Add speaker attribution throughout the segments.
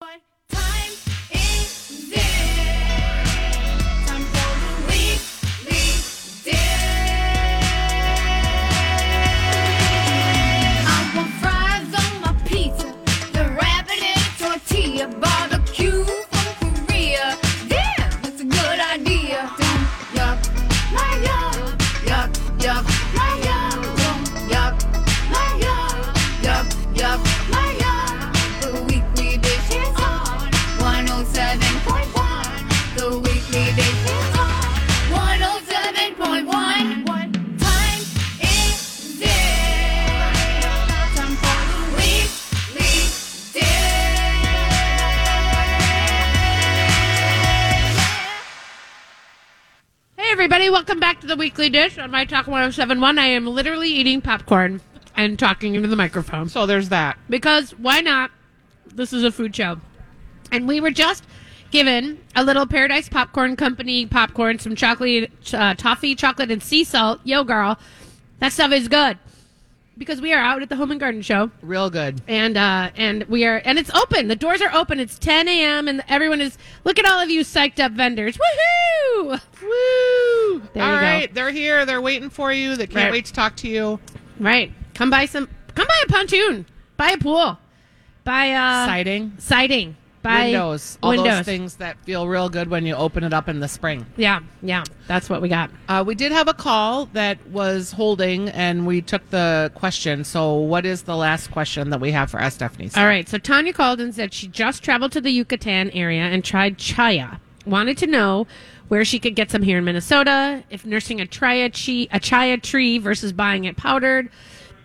Speaker 1: Time is there. Time for the weekly dare. I want fries on my pizza, the rabbit and tortilla, barbecue from Korea. Yeah, that's a good idea. Yum, yuck, my yum, yuck, yuck, my yum, yuck, my yum, yuck, yuck, my yum. The weekly dish is on 107.1. The weekly dish is on 107.1. What time is it? Time for the weekly dish.
Speaker 2: Hey, everybody, welcome back to the Weekly Dish on My Talk 1071. I am literally eating popcorn and talking into the microphone.
Speaker 3: So there's that.
Speaker 2: Because why not? This is a food show. And we were just given a little Paradise Popcorn Company popcorn, some chocolate, uh, toffee, chocolate, and sea salt. Yo, girl, that stuff is good. Because we are out at the Home and Garden Show,
Speaker 3: Real good.
Speaker 2: and uh, and we are, and it's open. The doors are open. It's 10 a.m. and everyone is. Look at all of you psyched up vendors. Woohoo!
Speaker 3: Woo!
Speaker 2: There
Speaker 3: All
Speaker 2: you go.
Speaker 3: right, they're here. They're waiting for you. They can't
Speaker 2: Right.
Speaker 3: wait to talk to you.
Speaker 2: Right. Come buy some. Come buy a pontoon. Buy a pool. Buy uh,
Speaker 3: Siding,
Speaker 2: siding. Buy
Speaker 3: windows, all
Speaker 2: windows.
Speaker 3: those things that feel real good when you open it up in the spring.
Speaker 2: Yeah, yeah. That's what we got.
Speaker 3: Uh, we did have a call that was holding, and we took the question. So, what is the last question that we have for Ask Stephanie?
Speaker 2: All right. So Tanya called and said she just traveled to the Yucatan area and tried chaya. Wanted to know where she could get some here in Minnesota. If nursing a chaya tree, a chaya tree versus buying it powdered,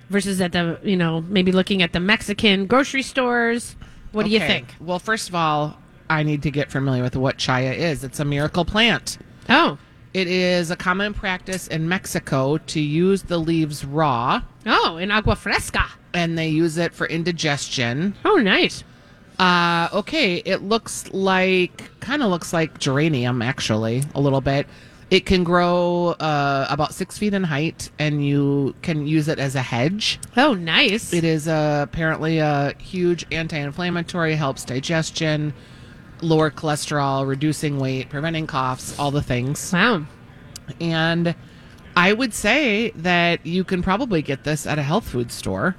Speaker 2: versus at the you know maybe looking at the Mexican grocery stores. What do you
Speaker 3: Okay.
Speaker 2: think?
Speaker 3: Well, first of all, I need to get familiar with what chaya is. It's a miracle plant.
Speaker 2: Oh,
Speaker 3: It is a common practice in Mexico to use the leaves raw,
Speaker 2: oh, in agua fresca.
Speaker 3: and they use it for indigestion.
Speaker 2: Oh, nice.
Speaker 3: Uh, okay, it looks like kind of looks like geranium actually a little bit. It can grow uh, about six feet in height, and you can use it as a hedge.
Speaker 2: Oh, nice.
Speaker 3: It is uh, apparently a huge anti-inflammatory, helps digestion, lower cholesterol, reducing weight, preventing coughs, all the things.
Speaker 2: Wow.
Speaker 3: And I would say that you can probably get this at a health food store.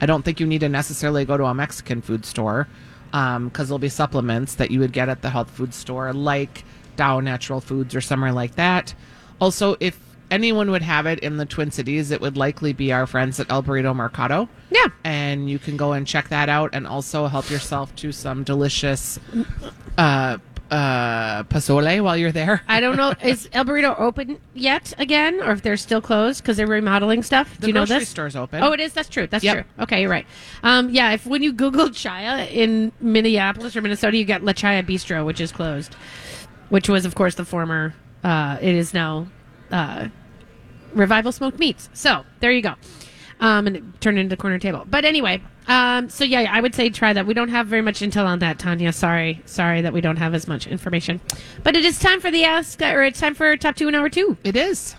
Speaker 3: I don't think you need to necessarily go to a Mexican food store because there'll be supplements that you would get at the health food store, like Dow Natural Foods or somewhere like that. Also, if anyone would have it in the Twin Cities, it would likely be our friends at El Burrito Mercado.
Speaker 2: Yeah.
Speaker 3: And you can go and check that out and also help yourself to some delicious uh, uh, pozole while you're there.
Speaker 2: I don't know. Is El Burrito open yet again, or if they're still closed because they're remodeling stuff?
Speaker 3: The
Speaker 2: Do you know
Speaker 3: grocery
Speaker 2: this?
Speaker 3: store's open.
Speaker 2: Oh, it is. That's true. That's
Speaker 3: Yep.
Speaker 2: true. Okay, you're right. Um, yeah, if when you Google Chaya in Minneapolis or Minnesota, you get La Chaya Bistro, which is closed, which was, of course, the former. Uh, it is now uh, Revival Smoked Meats. So there you go. Um, and it turned into corner table. But anyway, um, so yeah, I would say try that. We don't have very much intel on that, Tanya. Sorry, sorry that we don't have as much information. But it is time for the ask, or it's time for top two and hour two.
Speaker 3: It is.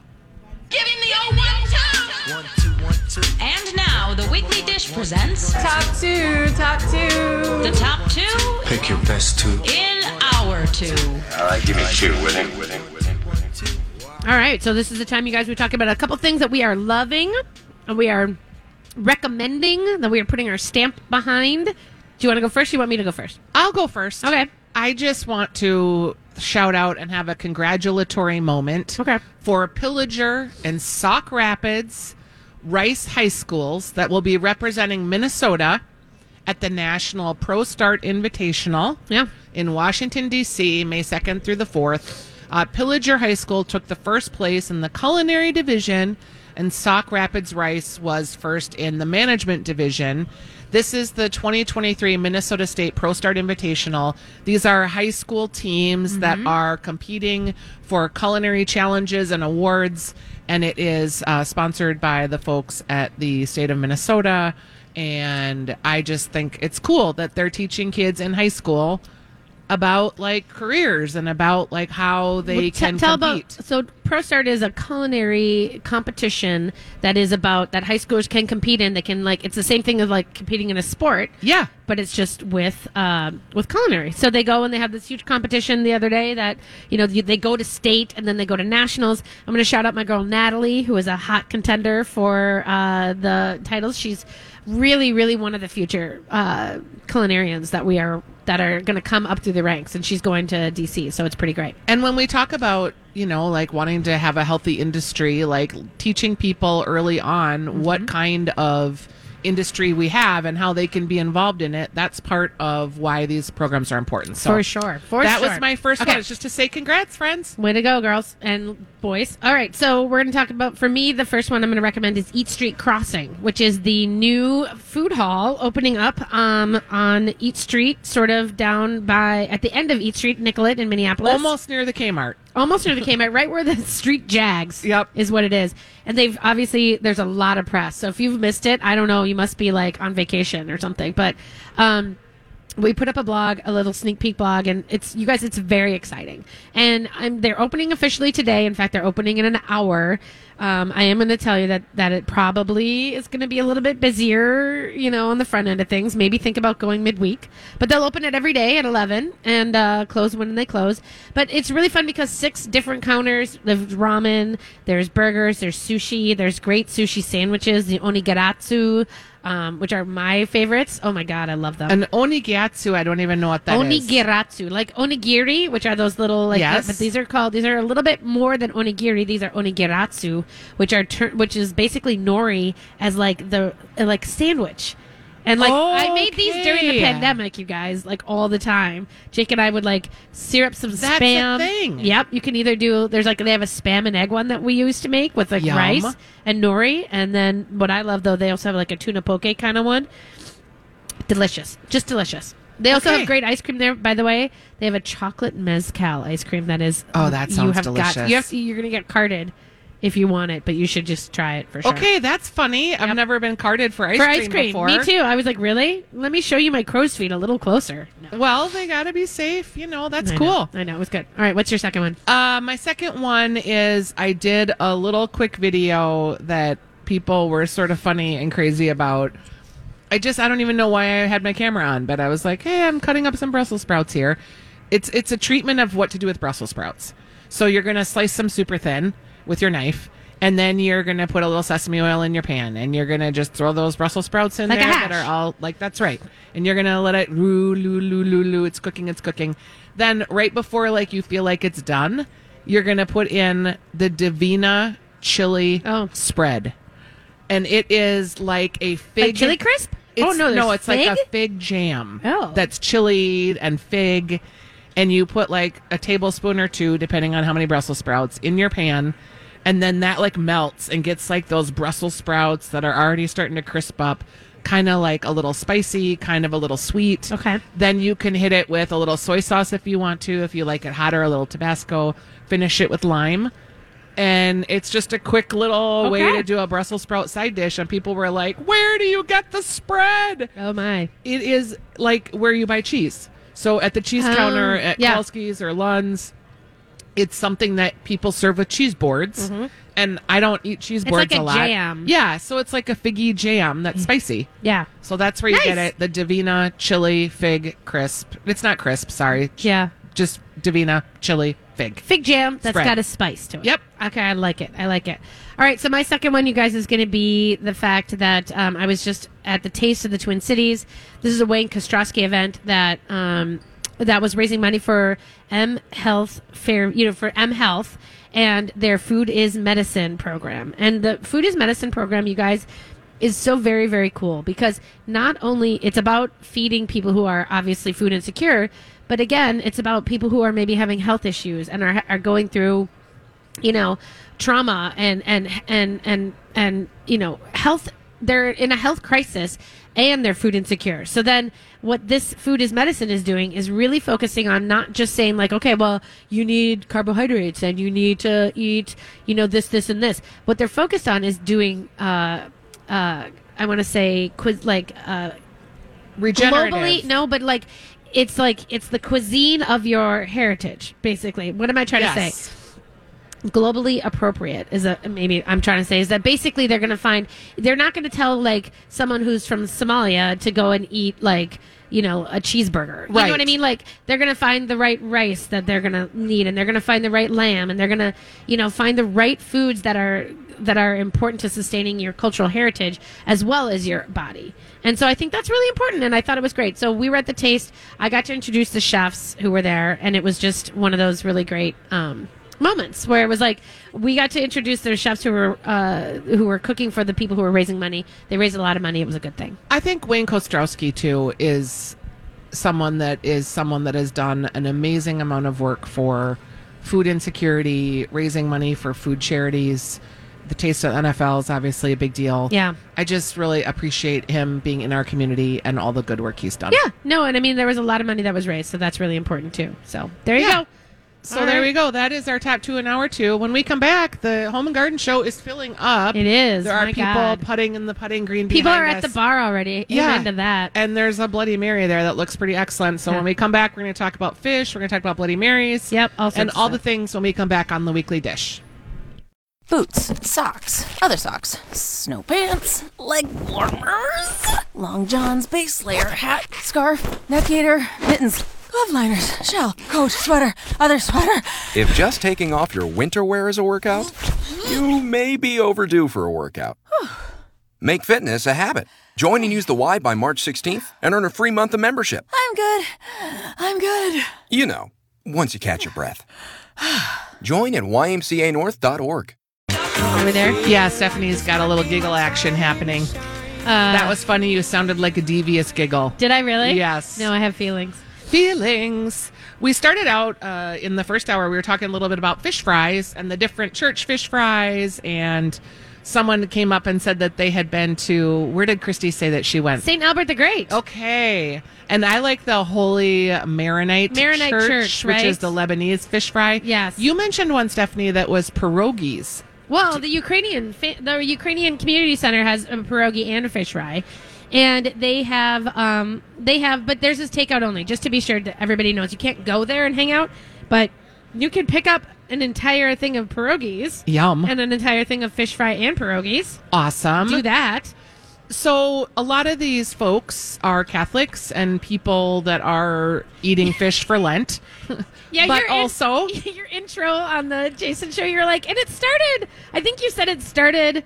Speaker 1: Give him the old one time.
Speaker 4: And now the weekly dish presents top two, top two, the top two
Speaker 5: Pick your best two.
Speaker 4: in our two.
Speaker 6: All right, give me two with him, with him, with him.
Speaker 2: All right, so this is the time, you guys. We talk about a couple things that we are loving, and we are recommending that we are putting our stamp behind. Do you want to go first? Or you want me to go first?
Speaker 3: I'll go first.
Speaker 2: Okay.
Speaker 3: I just want to shout out and have a congratulatory moment
Speaker 2: Okay.
Speaker 3: for Pillager and Sauk Rapids Rice High Schools that will be representing Minnesota at the National Pro Start Invitational
Speaker 2: Yeah.
Speaker 3: in Washington, D.C., May 2nd through the 4th. Uh, Pillager High School took the first place in the culinary division and Stock Rapids Rice was first in the management division. This is the 2023 Minnesota State Pro Start Invitational. These are high school teams that are competing for culinary challenges and awards, and it is uh, sponsored by the folks at the state of Minnesota. And I just think it's cool that they're teaching kids in high school about like careers and about like how they
Speaker 2: Well, t-
Speaker 3: can
Speaker 2: tell
Speaker 3: compete.
Speaker 2: about so ProStart is a culinary competition that is about that high schoolers can compete in. They can like it's the same thing as like competing in a sport.
Speaker 3: yeah.
Speaker 2: but it's just with um with culinary. So they go and they have this huge competition the other day that you know you- they go to state and then they go to nationals. I'm going to shout out my girl Natalie, who is a hot contender for uh, the titles. She's really, really one of the future uh, culinarians that we are that are going to come up through the ranks, and she's going to DC, so it's pretty great.
Speaker 3: And when we talk about, you know, like wanting to have a healthy industry, like teaching people early on
Speaker 2: Mm-hmm.
Speaker 3: what kind of industry we have and how they can be involved in it, that's part of why these programs are important. So
Speaker 2: For sure. For
Speaker 3: that
Speaker 2: sure.
Speaker 3: was my first
Speaker 2: Okay.
Speaker 3: one. It's just to say congrats, friends.
Speaker 2: Way to go, girls and boys. All right, so we're going to talk about, for me, the first one I'm going to recommend is Eat Street Crossing, which is the new food hall opening up um, on Eat Street, sort of down by, at the end of Eat Street, Nicollet in Minneapolis.
Speaker 3: Almost near the Kmart.
Speaker 2: Almost near the Kmart, right where the street jags
Speaker 3: Yep.
Speaker 2: is what it is. And they've obviously, there's a lot of press. So if you've missed it, I don't know, you must be like on vacation or something. But, um, we put up a blog, a little sneak peek blog, and it's you guys. It's very exciting, and I'm they're opening officially today. In fact, they're opening in an hour. Um, I am going to tell you that that it probably is going to be a little bit busier, you know, on the front end of things. Maybe think about going midweek, but they'll open it every day at eleven and uh, close when they close. But it's really fun because six different counters: there's ramen, there's burgers, there's sushi, there's great sushi sandwiches, the onigiratsu. Um, which are my favorites. Oh my god, I love them.
Speaker 3: An onigatsu, I don't even know what that is.
Speaker 2: Onigiratsu, like onigiri, which are those little like.
Speaker 3: Yes.
Speaker 2: But these are called. These are a little bit more than onigiri. These are onigiratsu, which are tur- which is basically nori as like the uh, like sandwich. And like I made these during the
Speaker 3: Okay.
Speaker 2: pandemic, you guys, like all the time. Jake and I would like syrup some
Speaker 3: That's a
Speaker 2: spam.
Speaker 3: thing.
Speaker 2: Yep, you can either do there's like they have a spam and egg one that we used to make with like
Speaker 3: Yum.
Speaker 2: rice and nori, and then what I love though they also have like a tuna poke kind of one. Delicious. Just delicious. They also
Speaker 3: Okay.
Speaker 2: have great ice cream there, by the way. They have a chocolate mezcal ice cream that is.
Speaker 3: Oh, that
Speaker 2: you
Speaker 3: sounds
Speaker 2: have Got,
Speaker 3: delicious.
Speaker 2: you have to, you're going to get carded if you want it, but you should just try it for sure.
Speaker 3: Okay, that's funny. I've never been carded for ice
Speaker 2: For
Speaker 3: cream
Speaker 2: ice cream.
Speaker 3: before.
Speaker 2: Me too. I was like, really? Let me show you my crow's feet a little closer. No.
Speaker 3: Well, they gotta be safe. You know, that's
Speaker 2: I know.
Speaker 3: cool.
Speaker 2: I know. It was good. All right. What's your second one?
Speaker 3: Uh, my second one is I did a little quick video that people were sort of funny and crazy about. I just I don't even know why I had my camera on, but I was like, "Hey, I'm cutting up some Brussels sprouts here." It's it's a treatment of what to do with Brussels sprouts. So you're going to slice them super thin with your knife. And then you're gonna put a little sesame oil in your pan, and you're gonna just throw those Brussels sprouts in
Speaker 2: Like a
Speaker 3: there that
Speaker 2: hash.
Speaker 3: are all like that's right. And you're gonna let it roo loo loo loo loo. It's cooking. It's cooking. Then right before like you feel like it's done, you're gonna put in the Divina chili
Speaker 2: Oh.
Speaker 3: spread, and it is like a fig
Speaker 2: Like chili crisp?
Speaker 3: It's,
Speaker 2: oh, no.
Speaker 3: no,
Speaker 2: there's
Speaker 3: it's like a
Speaker 2: fig?
Speaker 3: fig jam.
Speaker 2: Oh.
Speaker 3: that's chili and fig, and you put like a tablespoon or two, depending on how many Brussels sprouts, in your pan, and then that like melts and gets like those Brussels sprouts that are already starting to crisp up, kind of like a little spicy, kind of a little sweet.
Speaker 2: Okay.
Speaker 3: Then you can hit it with a little soy sauce if you want to, if you like it hotter, a little Tabasco. Finish it with lime. And it's just a quick little way
Speaker 2: Okay.
Speaker 3: to do a Brussels sprout side dish. And people were like, Where do you get the spread?
Speaker 2: Oh, my.
Speaker 3: It is like where you buy cheese. So at the cheese
Speaker 2: Um,
Speaker 3: counter at
Speaker 2: yeah.
Speaker 3: Kalski's or Lund's, it's something that people serve with cheese boards. And I don't eat cheese
Speaker 2: Mm-hmm. It's
Speaker 3: boards
Speaker 2: like a
Speaker 3: lot.
Speaker 2: jam. Mm.
Speaker 3: Yeah, so it's like a figgy jam that's spicy.
Speaker 2: Yeah.
Speaker 3: So that's where you get
Speaker 2: Nice.
Speaker 3: it. The Divina chili fig crisp. It's not crisp, sorry.
Speaker 2: Yeah.
Speaker 3: Just Divina chili fig.
Speaker 2: Fig jam that's
Speaker 3: Spread.
Speaker 2: got a spice to it.
Speaker 3: Yep.
Speaker 2: Okay, I like it. I like it. All right, so my second one, you guys, is going to be the fact that um, I was just at the Taste of the Twin Cities. This is a Wayne Kostrowski event that um, that was raising money for M Health Fair, you know, for M Health and their Food is Medicine program. And the Food is Medicine program, you guys, is so very very cool because not only it's about feeding people who are obviously food insecure but again it's about people who are maybe having health issues and are, are going through you know trauma and and and and and you know health they're in a health crisis and they're food insecure so then what this food is medicine is doing is really focusing on not just saying like okay well you need carbohydrates and you need to eat you know this this and this what they're focused on is doing uh uh i want to say quiz like uh
Speaker 3: Regenerative.
Speaker 2: globally no but like it's like it's the cuisine of your heritage basically what am i trying to say
Speaker 3: Yes.
Speaker 2: globally appropriate is a maybe I'm trying to say is that basically they're going to find they're not going to tell like someone who's from Somalia to go and eat like you know a cheeseburger. You know what I
Speaker 3: Right.
Speaker 2: mean? Like they're going to find the right rice that they're going to need and they're going to find the right lamb and they're going to you know find the right foods that are that are important to sustaining your cultural heritage as well as your body. And so I think that's really important and I thought it was great. So we were at the taste. I got to introduce the chefs who were there and it was just one of those really great um moments where it was like we got to introduce their chefs who were uh, who were cooking for the people who were raising money. They raised a lot of money. It was a good thing.
Speaker 3: I think Wayne Kostrowski too is someone that is someone that has done an amazing amount of work for food insecurity, raising money for food charities. The taste of NFL is obviously a big deal.
Speaker 2: Yeah.
Speaker 3: I just really appreciate him being in our community and all the good work he's done.
Speaker 2: Yeah, no, and I mean there was a lot of money that was raised, so that's really important too. So there you
Speaker 3: Yeah.
Speaker 2: go.
Speaker 3: So
Speaker 2: All
Speaker 3: there
Speaker 2: right.
Speaker 3: we go. That is our top two in hour two. When we come back, the home and garden show is filling up.
Speaker 2: It is.
Speaker 3: There are
Speaker 2: My
Speaker 3: people
Speaker 2: God.
Speaker 3: putting in the putting green.
Speaker 2: People
Speaker 3: behind
Speaker 2: are at
Speaker 3: us.
Speaker 2: the bar already.
Speaker 3: Yeah.
Speaker 2: Amen to that.
Speaker 3: And there's a Bloody Mary there that looks pretty excellent. So
Speaker 2: Yeah.
Speaker 3: when we come back, we're going to talk about fish. We're going to talk about Bloody Marys.
Speaker 2: Yep, all sorts
Speaker 3: and
Speaker 2: of
Speaker 3: all
Speaker 2: stuff.
Speaker 3: the things when we come back on the weekly dish.
Speaker 5: Boots, socks, other socks, snow pants, leg warmers, long johns, base layer, hat, scarf, neck gaiter, mittens, glove liners, shell, coat, sweater, other sweater.
Speaker 7: If just taking off your winter wear is a workout, you may be overdue for a workout. Make fitness a habit. Join and use the Y by March 16th and earn a free month of membership.
Speaker 5: I'm good. I'm good.
Speaker 7: You know, once you catch your breath. Join at ymcanorth.org.
Speaker 2: Are we there?
Speaker 3: Yeah, Stephanie's got a little giggle action happening.
Speaker 2: Uh,
Speaker 3: that was funny. You sounded like a devious giggle.
Speaker 2: Did I really?
Speaker 3: Yes.
Speaker 2: No, I have feelings.
Speaker 3: feelings. We started out uh, in the first hour. We were talking a little bit about fish fries and the different church fish fries. And someone came up and said that they had been to. Where did Christy say that she went?
Speaker 2: Saint Albert the Great.
Speaker 3: Oh. Okay. And I like the Holy Maronite,
Speaker 2: Maronite
Speaker 3: Church,
Speaker 2: Church,
Speaker 3: which
Speaker 2: right?
Speaker 3: is the Lebanese fish fry.
Speaker 2: Yes.
Speaker 3: You mentioned one, Stephanie, that was pierogies.
Speaker 2: Well, the Ukrainian fa- the Ukrainian community center has a pierogi and a fish fry, and they have um they have but theirs is takeout only. Just to be sure that everybody knows, you can't go there and hang out, but you can pick up an entire thing of pierogies.
Speaker 3: Yum.
Speaker 2: And an entire thing of fish fry and pierogies.
Speaker 3: Awesome.
Speaker 2: Do that.
Speaker 3: So a lot of these folks are Catholics and people that are eating fish for Lent.
Speaker 2: Yeah,
Speaker 3: But
Speaker 2: your in-
Speaker 3: also-
Speaker 2: your intro on the Jason show, you're like, and it started. I think you said it started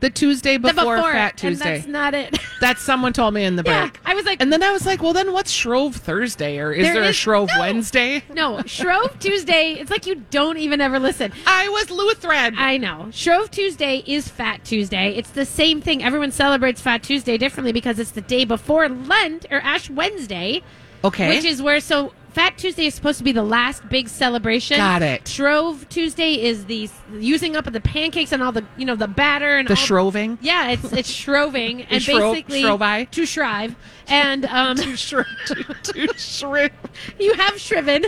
Speaker 3: The Tuesday
Speaker 2: the
Speaker 3: before,
Speaker 2: before,
Speaker 3: Fat
Speaker 2: and
Speaker 3: Tuesday.
Speaker 2: that's not it.
Speaker 3: That's someone told me in the
Speaker 2: Yeah,
Speaker 3: break.
Speaker 2: I was like-
Speaker 3: and then I was like, well, then what's Shrove Thursday or is
Speaker 2: There
Speaker 3: there, a
Speaker 2: is-
Speaker 3: Shrove
Speaker 2: no.
Speaker 3: Wednesday?
Speaker 2: no, Shrove Tuesday. It's like you don't even ever listen.
Speaker 3: I was Lutheran.
Speaker 2: I know. Shrove Tuesday is Fat Tuesday. It's the same thing. Everyone celebrates Fat Tuesday differently because it's the day before Lent or Ash Wednesday,
Speaker 3: okay.
Speaker 2: which is where so Fat Tuesday is supposed to be the last big celebration.
Speaker 3: Got it.
Speaker 2: Shrove Tuesday is the s- using up of the pancakes and all the you know the batter and
Speaker 3: the
Speaker 2: all
Speaker 3: Shroving.
Speaker 2: Yeah, it's it's shroving and
Speaker 3: shrove-
Speaker 2: basically
Speaker 3: shrovi?
Speaker 2: to shrive and um
Speaker 3: Shriv, to, to shriv.
Speaker 2: you have shriven.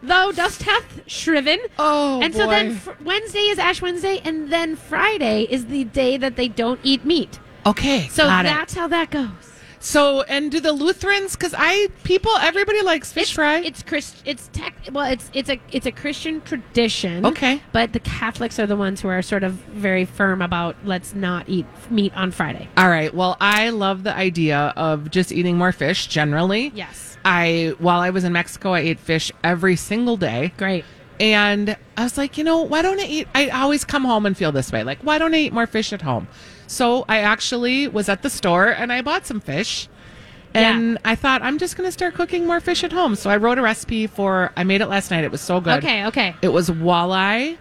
Speaker 2: Thou dost hath shriven.
Speaker 3: Oh,
Speaker 2: and so then
Speaker 3: boy.
Speaker 2: fr- Wednesday is Ash Wednesday, and then Friday is the day that they don't eat meat.
Speaker 3: Okay,
Speaker 2: So
Speaker 3: got it.
Speaker 2: that's how that goes.
Speaker 3: So, and do the Lutherans? Because I people, everybody likes fish
Speaker 2: it's,
Speaker 3: fry.
Speaker 2: It's Christ. It's tech. Well, it's it's a it's a Christian tradition.
Speaker 3: Okay.
Speaker 2: but the Catholics are the ones who are sort of very firm about let's not eat f- meat on Friday.
Speaker 3: All right. Well, I love the idea of just eating more fish generally.
Speaker 2: Yes.
Speaker 3: I while I was in Mexico, I ate fish every single day.
Speaker 2: Great.
Speaker 3: And I was like, you know, why don't I eat? I always come home and feel this way. Like, why don't I eat more fish at home? So I actually was at the store and I bought some fish.
Speaker 2: Yeah.
Speaker 3: And I thought, I'm just going to start cooking more fish at home. So I wrote a recipe for, I made it last night. It was so good.
Speaker 2: Okay. Okay.
Speaker 3: It was walleye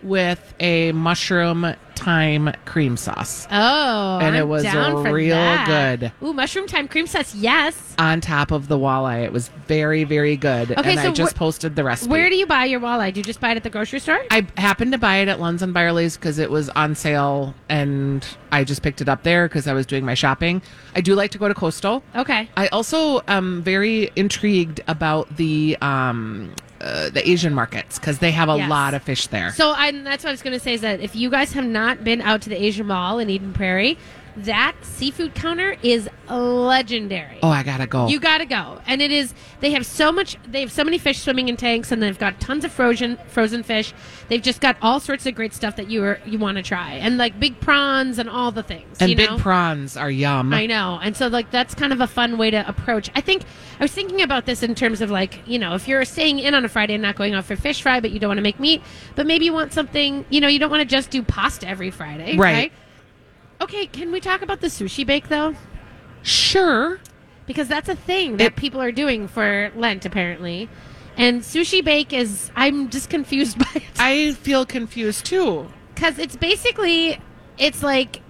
Speaker 3: with a mushroom thyme cream sauce
Speaker 2: Oh,
Speaker 3: And it
Speaker 2: I'm
Speaker 3: was
Speaker 2: down for
Speaker 3: real
Speaker 2: that.
Speaker 3: good.
Speaker 2: Ooh, mushroom time cream sauce. Yes.
Speaker 3: on top of the walleye. It was very, very good.
Speaker 2: Okay,
Speaker 3: and I
Speaker 2: so
Speaker 3: just
Speaker 2: wh-
Speaker 3: posted the recipe.
Speaker 2: Where do you buy your walleye? Do you just buy it at the grocery store?
Speaker 3: I happened to buy it at Lunds and Byerly's because it was on sale, and I just picked it up there because I was doing my shopping. I do like to go to Coastal.
Speaker 2: okay.
Speaker 3: I also am very intrigued about the um, uh, the Asian markets because they have a
Speaker 2: Yes.
Speaker 3: lot of fish there.
Speaker 2: So I, and that's what I was going to say is that if you guys have not been out to the Asian Mall in Eden Prairie, that seafood counter is legendary.
Speaker 3: oh, I gotta go.
Speaker 2: You gotta go, and it is. They have so much. They have so many fish swimming in tanks, and they've got tons of frozen frozen fish. They've just got all sorts of great stuff that you are, you want to try, and like big prawns and all the things.
Speaker 3: and
Speaker 2: you
Speaker 3: big
Speaker 2: know?
Speaker 3: prawns are yum.
Speaker 2: I know. And so like that's kind of a fun way to approach. I think I was thinking about this in terms of like, you know, if you're staying in on a Friday and not going out for fish fry, but you don't want to make meat, but maybe you want something, you know, you don't want to just do pasta every Friday,
Speaker 3: Right.
Speaker 2: right? Okay, can we talk about the sushi bake though?
Speaker 3: Sure.
Speaker 2: Because that's a thing that
Speaker 3: It-
Speaker 2: people are doing for Lent apparently. And sushi bake is I'm just confused by it.
Speaker 3: I feel confused too.
Speaker 2: because it's basically it's like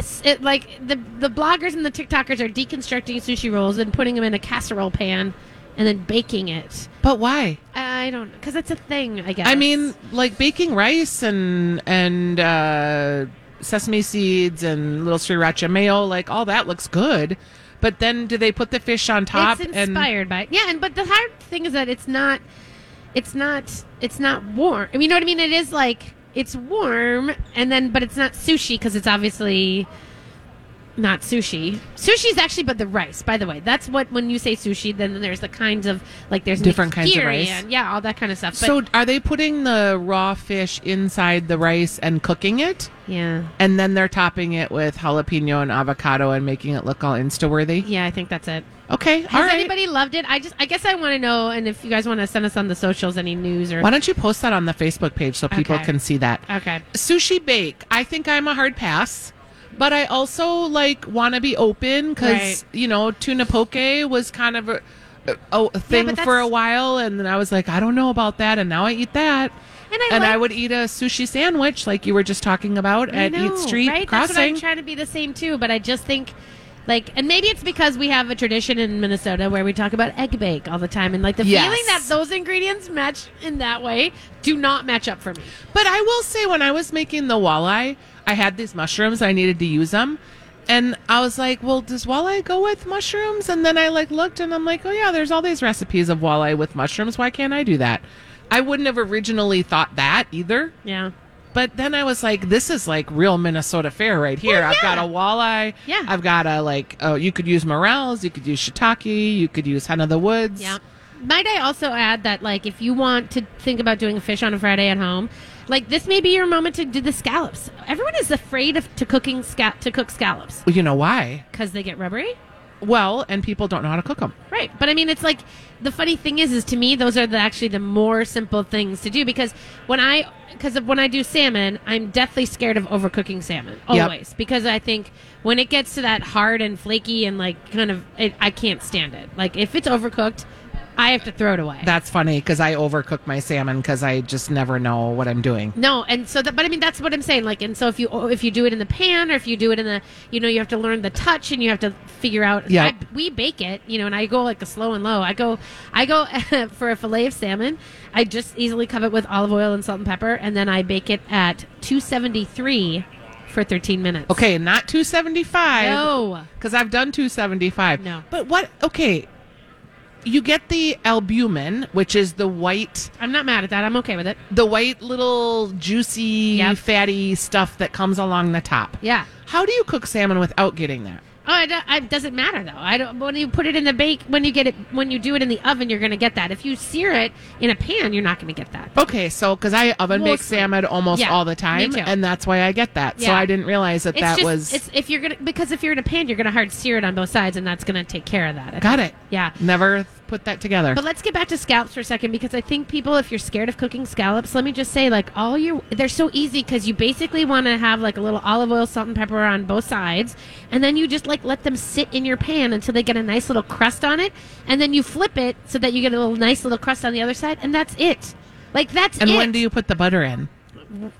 Speaker 2: s- it, like the the bloggers and the TikTokers are deconstructing sushi rolls and putting them in a casserole pan and then baking it.
Speaker 3: But why?
Speaker 2: I don't because it's a thing. I guess.
Speaker 3: I mean, like baking rice and and uh, sesame seeds and little sriracha mayo, like all that looks good. But then, do they put the fish on top?
Speaker 2: it's
Speaker 3: and
Speaker 2: inspired by it. yeah. And but the hard thing is that it's not, it's not, it's not warm. I mean, you know what I mean? It is like it's warm and then, but it's not sushi because it's obviously not sushi. Sushi is actually, but the rice. By the way, that's what when you say sushi, then there's the kinds of like there's
Speaker 3: Different kinds of rice.
Speaker 2: nigiri and, yeah, all that kind of stuff. But,
Speaker 3: so, are they putting the raw fish inside the rice and cooking it,
Speaker 2: yeah,
Speaker 3: and then they're topping it with jalapeno and avocado and making it look all insta worthy?
Speaker 2: yeah, I think that's it.
Speaker 3: Okay, all
Speaker 2: Has
Speaker 3: right.
Speaker 2: anybody loved it? I just, I guess I want to know, and if you guys want to send us on the socials any news or
Speaker 3: Why don't you post that on the Facebook page so people
Speaker 2: Okay.
Speaker 3: can see that?
Speaker 2: okay.
Speaker 3: sushi bake i think i'm a hard pass but i also like want to be open because
Speaker 2: Right.
Speaker 3: you know tuna poke was kind of a, a, a thing
Speaker 2: but
Speaker 3: for a
Speaker 2: that's-
Speaker 3: while and then i was like i don't know about that and now i eat that
Speaker 2: And I
Speaker 3: and
Speaker 2: like-
Speaker 3: i would eat a sushi sandwich like you were just talking about
Speaker 2: I
Speaker 3: at
Speaker 2: know,
Speaker 3: eat street
Speaker 2: right? That's what I'm
Speaker 3: crossing
Speaker 2: trying to be the same too, but I just think like and maybe it's because we have a tradition in Minnesota where we talk about egg bake all the time and like the
Speaker 3: Yes.
Speaker 2: feeling that those ingredients match in that way do not match up for me.
Speaker 3: But I will say, when I was making the walleye, I had these mushrooms. I needed to use them, and I was like, "Well, does walleye go with mushrooms?" And then I like looked, and I'm like, "Oh yeah, there's all these recipes of walleye with mushrooms. Why can't I do that?" I wouldn't have originally thought that either.
Speaker 2: Yeah.
Speaker 3: But then I was like, "This is like real Minnesota fare right here. I've got a walleye.
Speaker 2: Yeah.
Speaker 3: I've got a like. Oh, you could use morels. You could use shiitake. You could use hen of the woods.
Speaker 2: Yeah. Might I also add that like if you want to think about doing fish on a Friday at home, like this may be your moment to do the scallops. Everyone is afraid of to cooking scal- to cook scallops
Speaker 3: Well, You know why?
Speaker 2: because they get rubbery.
Speaker 3: Well, and people don't know how to cook them.
Speaker 2: Right, but I mean, it's like the funny thing is, is to me, those are the, actually the more simple things to do because when I, because when I do salmon, I'm deathly scared of overcooking salmon
Speaker 3: Yep.
Speaker 2: always because I think when it gets to that hard and flaky and like kind of, it, I can't stand it. Like if it's overcooked, I have to throw it away.
Speaker 3: That's funny because I overcook my salmon because I just never know what I'm doing.
Speaker 2: No, and so that, but I mean, that's what I'm saying. Like, and so if you oh, if you do it in the pan, or if you do it in the, you know, you have to learn the touch, and you have to figure out.
Speaker 3: Yeah.
Speaker 2: I- we bake it, you know, and I go like a slow and low. I go, I go for a fillet of salmon. I just easily cover it with olive oil and salt and pepper, and then I bake it at 273 for 13 minutes.
Speaker 3: Okay, not 275.
Speaker 2: No.
Speaker 3: Because I've done 275.
Speaker 2: No.
Speaker 3: But what? Okay. You get the albumin, which is the white,
Speaker 2: I'm not mad at that. I'm okay with it.
Speaker 3: the white little juicy,
Speaker 2: Yep.
Speaker 3: fatty stuff that comes along the top.
Speaker 2: Yeah.
Speaker 3: How do you cook salmon without getting that?
Speaker 2: Oh, I don't- I- it doesn't matter though. I don't. When you put it in the bake, when you get it, when you do it in the oven, you're going to get that. If you sear it in a pan, you're not going to get that.
Speaker 3: Okay, so because I oven bake
Speaker 2: Mostly.
Speaker 3: salmon almost
Speaker 2: Yeah,
Speaker 3: all the
Speaker 2: me
Speaker 3: time,
Speaker 2: too.
Speaker 3: and that's why I get that. So
Speaker 2: Yeah.
Speaker 3: I didn't realize that
Speaker 2: It's
Speaker 3: that
Speaker 2: just,
Speaker 3: was.
Speaker 2: it's if you're gonna because if you're in a pan, you're gonna hard sear it on both sides, and that's gonna take care of that. I
Speaker 3: got
Speaker 2: think.
Speaker 3: it.
Speaker 2: Yeah.
Speaker 3: Never put that together.
Speaker 2: But let's get back to scallops for a second because I think people, if you're scared of cooking scallops, let me just say, like, all your they're so easy because you basically want to have like a little olive oil, salt, and pepper on both sides, and then you just like let them sit in your pan until they get a nice little crust on it, and then you flip it so that you get a little nice little crust on the other side, and that's it. Like that's
Speaker 3: and
Speaker 2: it.
Speaker 3: when do you put the butter in?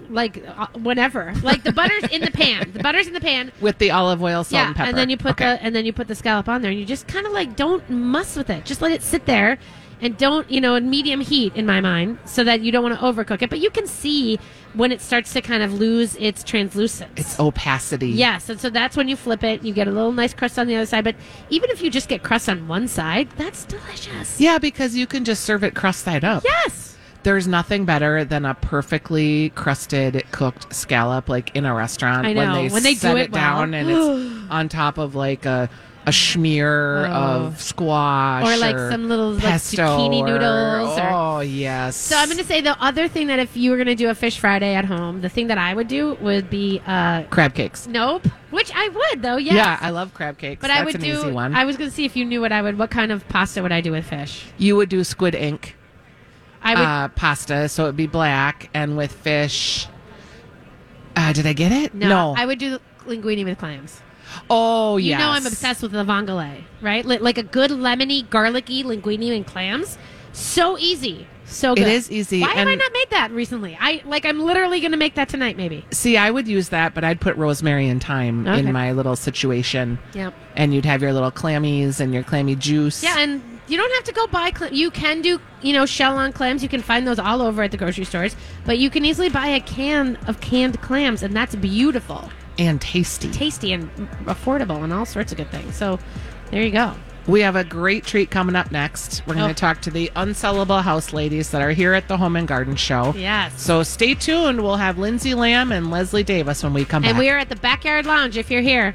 Speaker 2: like uh, whenever. Like the butter's in the pan. The butter's in the pan.
Speaker 3: with the olive oil, salt,
Speaker 2: yeah,
Speaker 3: and pepper.
Speaker 2: and then you put
Speaker 3: Okay.
Speaker 2: the and then you put the scallop on there, and you just kind of like don't mess with it. Just let it sit there, and don't you know in medium heat in my mind, so that you don't want to overcook it. But you can see when it starts to kind of lose its translucence.
Speaker 3: It's opacity.
Speaker 2: Yes, and so that's when you flip it. You get a little nice crust on the other side. But even if you just get crust on one side, that's delicious.
Speaker 3: Yeah, because you can just serve it crust side up.
Speaker 2: Yes.
Speaker 3: There's nothing better than a perfectly crusted cooked scallop, like in a restaurant
Speaker 2: I know.
Speaker 3: when they
Speaker 2: When they do
Speaker 3: set
Speaker 2: it
Speaker 3: it down
Speaker 2: well.
Speaker 3: and it's on top of like a a schmear
Speaker 2: Oh.
Speaker 3: of squash
Speaker 2: Or, like, some little, like,
Speaker 3: pesto
Speaker 2: zucchini
Speaker 3: or-
Speaker 2: noodles or-
Speaker 3: oh yes.
Speaker 2: So I'm going to say the other thing that if you were going to do a fish Friday at home, the thing that I would do would be uh,
Speaker 3: crab cakes.
Speaker 2: nope, which I would though. Yes.
Speaker 3: Yeah, I love crab cakes.
Speaker 2: but
Speaker 3: That's
Speaker 2: I would
Speaker 3: an
Speaker 2: do.
Speaker 3: easy one.
Speaker 2: I was going to see if you knew what I would. What kind of pasta would I do with fish?
Speaker 3: you would do squid ink
Speaker 2: I would.
Speaker 3: uh, pasta, so it'd be black and with fish. Uh, did I get it?
Speaker 2: no, I would do linguine with clams.
Speaker 3: oh,
Speaker 2: You
Speaker 3: yes.
Speaker 2: know I'm obsessed with the vongole, right? Li- like a good lemony, garlicky linguine and clams. So easy, so good.
Speaker 3: is easy,
Speaker 2: Why have I
Speaker 3: and-
Speaker 2: not made that recently? I like I'm literally going to make that tonight, maybe.
Speaker 3: See, I would use that, but I'd put rosemary and thyme
Speaker 2: Okay.
Speaker 3: in my little situation.
Speaker 2: Yep.
Speaker 3: And you'd have your little clammies and your clammy juice.
Speaker 2: Yeah, and you don't have to go buy clams. You can do, you know, shell on clams. You can find those all over at the grocery stores. But you can easily buy a can of canned clams, and that's beautiful,
Speaker 3: and tasty.
Speaker 2: tasty, and affordable, and all sorts of good things. So there you go.
Speaker 3: We have a great treat coming up next. We're going to
Speaker 2: Oh.
Speaker 3: talk to the unsellable house ladies that are here at the Home and Garden Show.
Speaker 2: Yes.
Speaker 3: So stay tuned. We'll have Lindsay Lamb and Leslie Davis when we come
Speaker 2: And
Speaker 3: back.
Speaker 2: we are at the Backyard Lounge if you're here.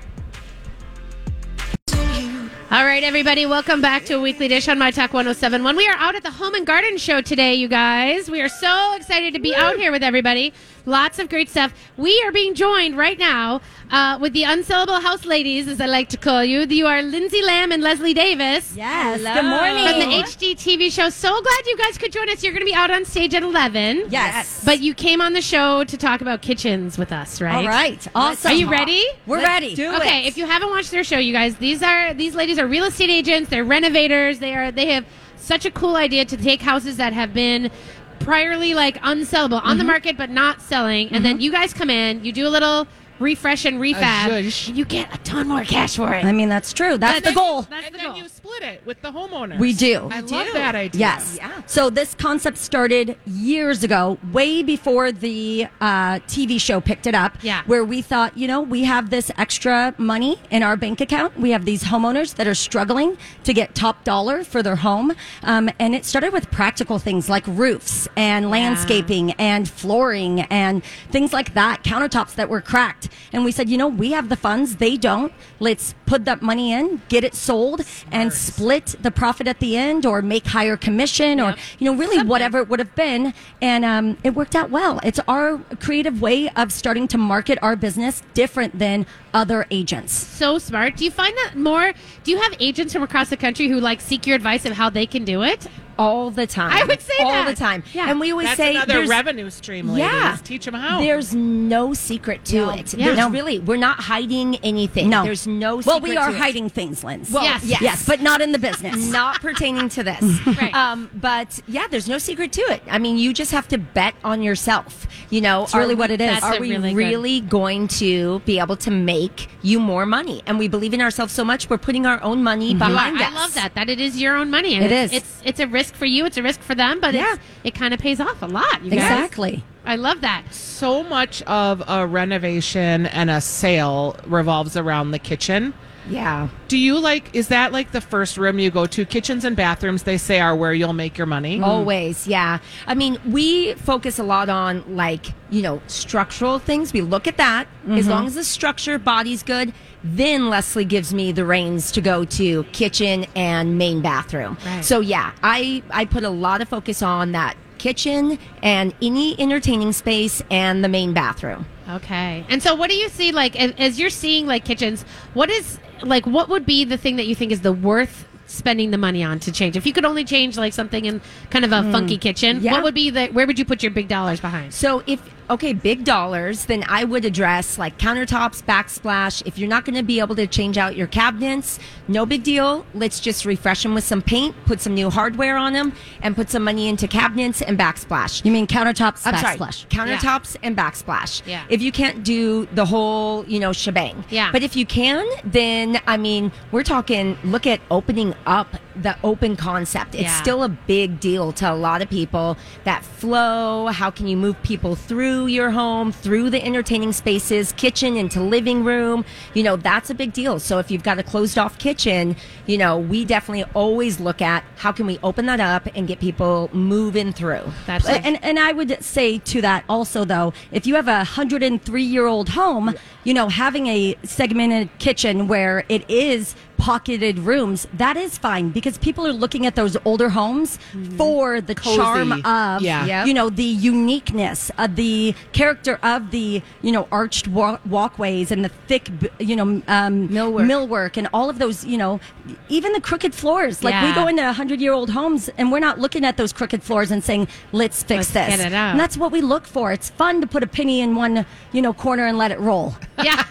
Speaker 2: All right, everybody, welcome back to Weekly Dish on My Talk 1071. We are out at the Home and Garden Show today, you guys. We are so excited to be out here with everybody. Lots of great stuff. We are being joined right now uh, with the unsellable house ladies, as I like to call you. You are Lindsay Lamb and Leslie Davis.
Speaker 8: Yes. Good morning.
Speaker 2: Oh. From the HGTV show. So glad you guys could join us. You're going to be out on stage at 11.
Speaker 8: yes.
Speaker 2: But you came on the show to talk about kitchens with us, right?
Speaker 8: all right. Awesome.
Speaker 2: Are you ready?
Speaker 8: We're
Speaker 2: Let's
Speaker 8: ready.
Speaker 2: do okay, if you haven't watched their show, you guys, these are these ladies are real estate agents, they're renovators, they are they have such a cool idea to take houses that have been priorly like unsellable
Speaker 8: Mm-hmm.
Speaker 2: on the market but not selling and then you guys come in, you do a little refresh and refab,
Speaker 3: zhuzh.
Speaker 2: and you get a ton more cash for it.
Speaker 8: I mean, that's true. That's the goal.
Speaker 2: That's
Speaker 3: and
Speaker 2: the
Speaker 3: then
Speaker 2: goal.
Speaker 3: you split it with the homeowners.
Speaker 8: We do.
Speaker 3: I
Speaker 8: We
Speaker 3: love that idea.
Speaker 8: Yes. So this concept started years ago, way before the uh, TV show picked it up.
Speaker 2: Yeah.
Speaker 8: Where we thought, you know, we have this extra money in our bank account. We have these homeowners that are struggling to get top dollar for their home, um, and it started with practical things like roofs and landscaping and flooring and things like that, countertops that were cracked. And we said, you know, we have the funds, they don't. Let's put that money in, get it sold, and split the profit at the end, or make higher commission, or you know, really whatever it would have been. And um, it worked out well. It's our creative way of starting to market our business different than other agents.
Speaker 2: so smart. Do you find that more? Do you have agents from across the country who like seek your advice of how they can do it?
Speaker 9: all the time.
Speaker 2: I would say
Speaker 9: all
Speaker 2: that.
Speaker 9: the time.
Speaker 2: Yeah.
Speaker 9: And we always
Speaker 3: That's
Speaker 9: say
Speaker 3: another
Speaker 9: there's-
Speaker 3: revenue stream, ladies.
Speaker 9: Yeah.
Speaker 3: Teach them how.
Speaker 9: There's no secret to it.
Speaker 2: Yeah.
Speaker 9: There's
Speaker 2: No.
Speaker 9: really we're not hiding anything.
Speaker 8: No,
Speaker 9: There's no secret
Speaker 8: Well, we are
Speaker 9: to it.
Speaker 8: hiding things, Linz.
Speaker 9: Well,
Speaker 2: Yes.
Speaker 9: yes.
Speaker 8: yes, but not in the business.
Speaker 9: not pertaining to this.
Speaker 2: Right.
Speaker 9: Um, but yeah, there's no secret to it. I mean, you just have to bet on yourself. You know,
Speaker 8: It's really
Speaker 9: we-
Speaker 8: what it is. That's
Speaker 9: Are
Speaker 2: a
Speaker 9: we
Speaker 2: really
Speaker 9: really,
Speaker 2: good-
Speaker 9: going to be able to make you more money? And we believe in ourselves so much, we're putting our own money behind
Speaker 2: I
Speaker 9: us.
Speaker 2: love that. That it is your own money. And
Speaker 9: It
Speaker 2: it's-
Speaker 9: is.
Speaker 2: It's it's a risk for you. It's a risk for them. But it's, it kind of pays off a lot. You guys.
Speaker 8: Exactly.
Speaker 2: I love that.
Speaker 3: so much of a renovation and a sale revolves around the kitchen.
Speaker 9: Yeah.
Speaker 3: Do you like, is that like the first room you go to? Kitchens and bathrooms, they say, are where you'll make your money.
Speaker 9: Oh. Always, yeah. I mean, we focus a lot on like, you know, structural things. We look at that. As long as the structure, body's good, then Leslie gives me the reins to go to kitchen and main bathroom. So yeah, I I put a lot of focus on that kitchen and any entertaining space and the main bathroom.
Speaker 2: Okay. And so, what do you see? Like as, as you're seeing like kitchens, what is like what would be the thing that you think is the worth spending the money on to change? If you could only change like something in kind of a funky kitchen,
Speaker 9: Hmm. Yeah.
Speaker 2: what would be the where would you put your big dollars behind?
Speaker 9: So if okay, big dollars, then I would address like countertops, backsplash. If you're not going to be able to change out your cabinets, no big deal. Let's just refresh them with some paint, put some new hardware on them, and put some money into cabinets and backsplash.
Speaker 8: You mean countertops,
Speaker 9: I'm sorry,
Speaker 8: backsplash?
Speaker 9: countertops and backsplash.
Speaker 2: Yeah.
Speaker 9: If you can't do the whole, you know, shebang.
Speaker 2: Yeah.
Speaker 9: But if you can, then I mean, we're talking. Look at opening up the open concept. It's
Speaker 2: Yeah.
Speaker 9: still a big deal to a lot of people. That flow. How can you move people through your home, through the entertaining spaces, kitchen into living room? You know, that's a big deal. So if you've got a closed off kitchen, you know, we definitely always look at how can we open that up and get people moving through.
Speaker 2: That's
Speaker 8: A- and and I would say to that also though, if you have a hundred and three year old home, you know, having a segmented kitchen where it is pocketed rooms, that is fine because people are looking at those older homes for the
Speaker 3: Cozy.
Speaker 8: charm of
Speaker 3: Yeah.
Speaker 9: Yep.
Speaker 8: you know the uniqueness of the character of the you know arched wa- walkways and the thick b- you know um,
Speaker 9: Millwork.
Speaker 8: millwork and all of those you know even the crooked floors like we
Speaker 2: Yeah.
Speaker 8: go into 100 year old homes and we're not looking at those crooked floors and saying let's fix
Speaker 2: Let's
Speaker 8: this.
Speaker 2: get it out.
Speaker 8: And that's what we look for. It's fun to put a penny in one, you know, corner and let it roll.
Speaker 2: Yeah.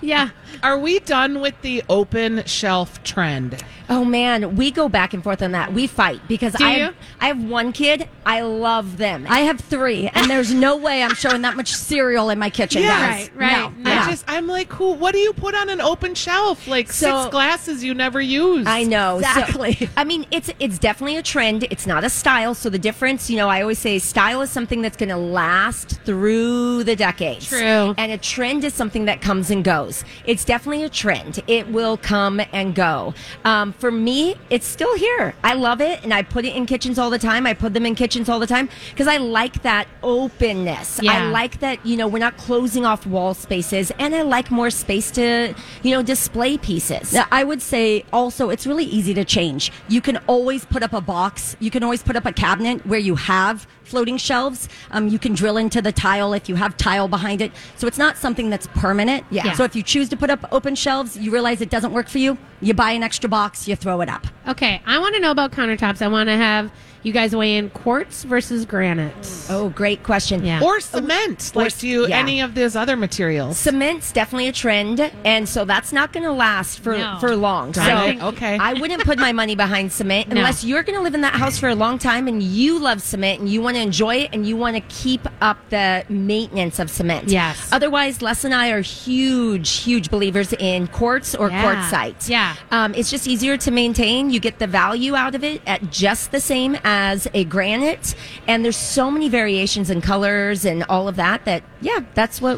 Speaker 2: yeah.
Speaker 3: Are we done with the open shelf trend?
Speaker 9: Oh man, we go back and forth on that. We fight because I
Speaker 2: you?
Speaker 9: have, I have one kid. I love them.
Speaker 8: I have three, and there's no way I'm showing that much cereal in my kitchen. guys.
Speaker 2: Right, right. No.
Speaker 8: No.
Speaker 3: I just I'm like, who? What do you put on an open shelf? Like
Speaker 9: So-
Speaker 3: six glasses you never use.
Speaker 9: I know So-
Speaker 8: Exactly.
Speaker 9: I mean, it's it's definitely a trend. It's not a style. So the difference, you know, I always say style is something that's going to last through the decades.
Speaker 2: True.
Speaker 9: And a trend is something that comes and goes. It's definitely a trend. It will come and go. Um, for me, it's still here. I love it, and I put it in kitchens all the time. I put them in kitchens all the time because I like that openness. I
Speaker 2: Yeah.
Speaker 9: like like that you know we're not closing off wall spaces and i like more space to you know display pieces
Speaker 8: Now, I would say also it's really easy to change. You can always put up a box. You can always put up a cabinet where you have floating shelves. Um, you can drill into the tile if you have tile behind it. So it's not something that's permanent.
Speaker 9: Yeah.
Speaker 8: So if you choose to put up open shelves, you realize it doesn't work for you. You buy an extra box. You throw it up.
Speaker 2: Okay. I want to know about countertops. I want to have you guys weigh in quartz versus granite.
Speaker 9: oh great question
Speaker 2: Yeah.
Speaker 3: Or cement. Like, do you
Speaker 9: yeah.
Speaker 3: any of those other materials?
Speaker 9: cement's definitely a trend and so that's not going to last for
Speaker 2: No.
Speaker 9: for long
Speaker 3: Got it.
Speaker 9: so
Speaker 3: Okay.
Speaker 9: i wouldn't put my money behind cement
Speaker 2: No.
Speaker 9: unless you're going to live in that house for a long time and you love cement and you want to enjoy it and you want to keep up the maintenance of cement
Speaker 2: Yes.
Speaker 9: otherwise les and i are huge huge believers in quartz or
Speaker 2: Yeah.
Speaker 9: quartzite
Speaker 2: Yeah.
Speaker 9: um, it's just easier to maintain you get the value out of it at just the same as a granite and there's so many variations in colors and all of that that yeah that's what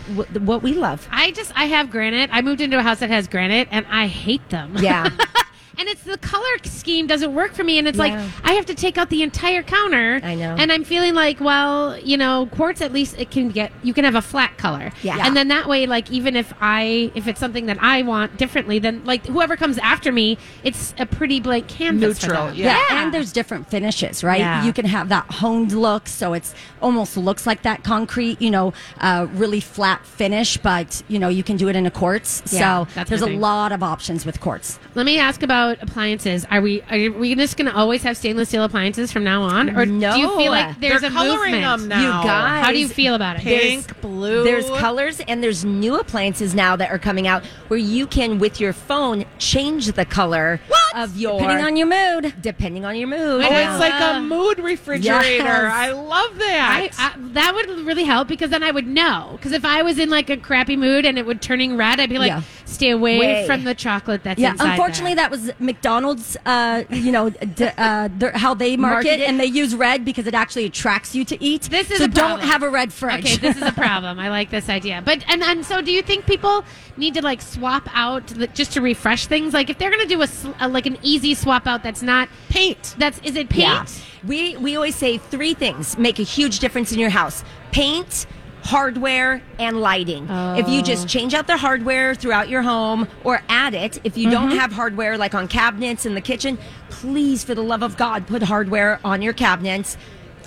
Speaker 9: what we love
Speaker 2: I just I have granite. I moved into a house that has granite, and I hate them.
Speaker 9: Yeah.
Speaker 2: and it's the color scheme doesn't work for me, and it's
Speaker 9: Yeah.
Speaker 2: like I have to take out the entire counter.
Speaker 9: I know.
Speaker 2: And I'm feeling like, well, you know, quartz at least it can get you can have a flat color.
Speaker 9: Yeah.
Speaker 2: And then that way, like even if I if it's something that I want differently, then like whoever comes after me, it's a pretty blank canvas. for
Speaker 3: Neutral,
Speaker 2: them.
Speaker 3: yeah.
Speaker 8: And there's different finishes, right?
Speaker 2: Yeah.
Speaker 8: You can have that honed look, so it's almost looks like that concrete, you know, uh, really flat finish, but you know, you can do it in a quartz.
Speaker 2: Yeah,
Speaker 8: so
Speaker 2: that's
Speaker 8: there's
Speaker 2: the
Speaker 8: a
Speaker 2: thing.
Speaker 8: lot of options with quartz.
Speaker 2: Let me ask about appliances. Are we are we just going to always have stainless steel appliances from now on, or do you
Speaker 9: No.
Speaker 2: feel like there's
Speaker 3: They're
Speaker 2: a
Speaker 3: coloring
Speaker 2: movement?
Speaker 3: them now.
Speaker 9: You guys-
Speaker 2: How do you feel about it?
Speaker 3: Pink, blue.
Speaker 9: There's colors and there's new appliances now that are coming out where you can, with your phone, change the color of your
Speaker 8: Depending on your mood.
Speaker 9: depending on your mood.
Speaker 3: Oh,
Speaker 2: Yeah.
Speaker 3: it's like a
Speaker 2: Uh,
Speaker 3: mood refrigerator.
Speaker 8: yes.
Speaker 3: I love
Speaker 2: I,
Speaker 3: that.
Speaker 2: I, that would really help because then I would know. Because if I was in like a crappy mood and it would turning red, I'd be like,
Speaker 8: Yeah.
Speaker 2: "Stay away
Speaker 9: Way.
Speaker 2: from the chocolate that's
Speaker 8: Yeah,
Speaker 2: inside."
Speaker 8: unfortunately,
Speaker 2: that.
Speaker 8: that, was McDonald's. Uh, you know, d- uh, their, how they market,
Speaker 9: Market it.
Speaker 8: and they use red because it actually attracts you to eat.
Speaker 2: This is
Speaker 8: so
Speaker 2: a
Speaker 8: don't
Speaker 2: problem.
Speaker 8: have a red fridge.
Speaker 2: okay, this is a problem. I like this idea, but and and so do you think people need to like swap out the, just to refresh things? Like if they're gonna do a, sl- a like an easy swap out, that's not
Speaker 3: Paint.
Speaker 2: that's is it paint?
Speaker 9: We we always say three things make a huge difference in your house: paint, hardware, and lighting. If you
Speaker 8: Oh.
Speaker 9: just change out the hardware throughout your home or add it, if you
Speaker 8: Mm-hmm.
Speaker 9: don't have hardware like on cabinets in the kitchen, please, for the love of God, put hardware on your cabinets.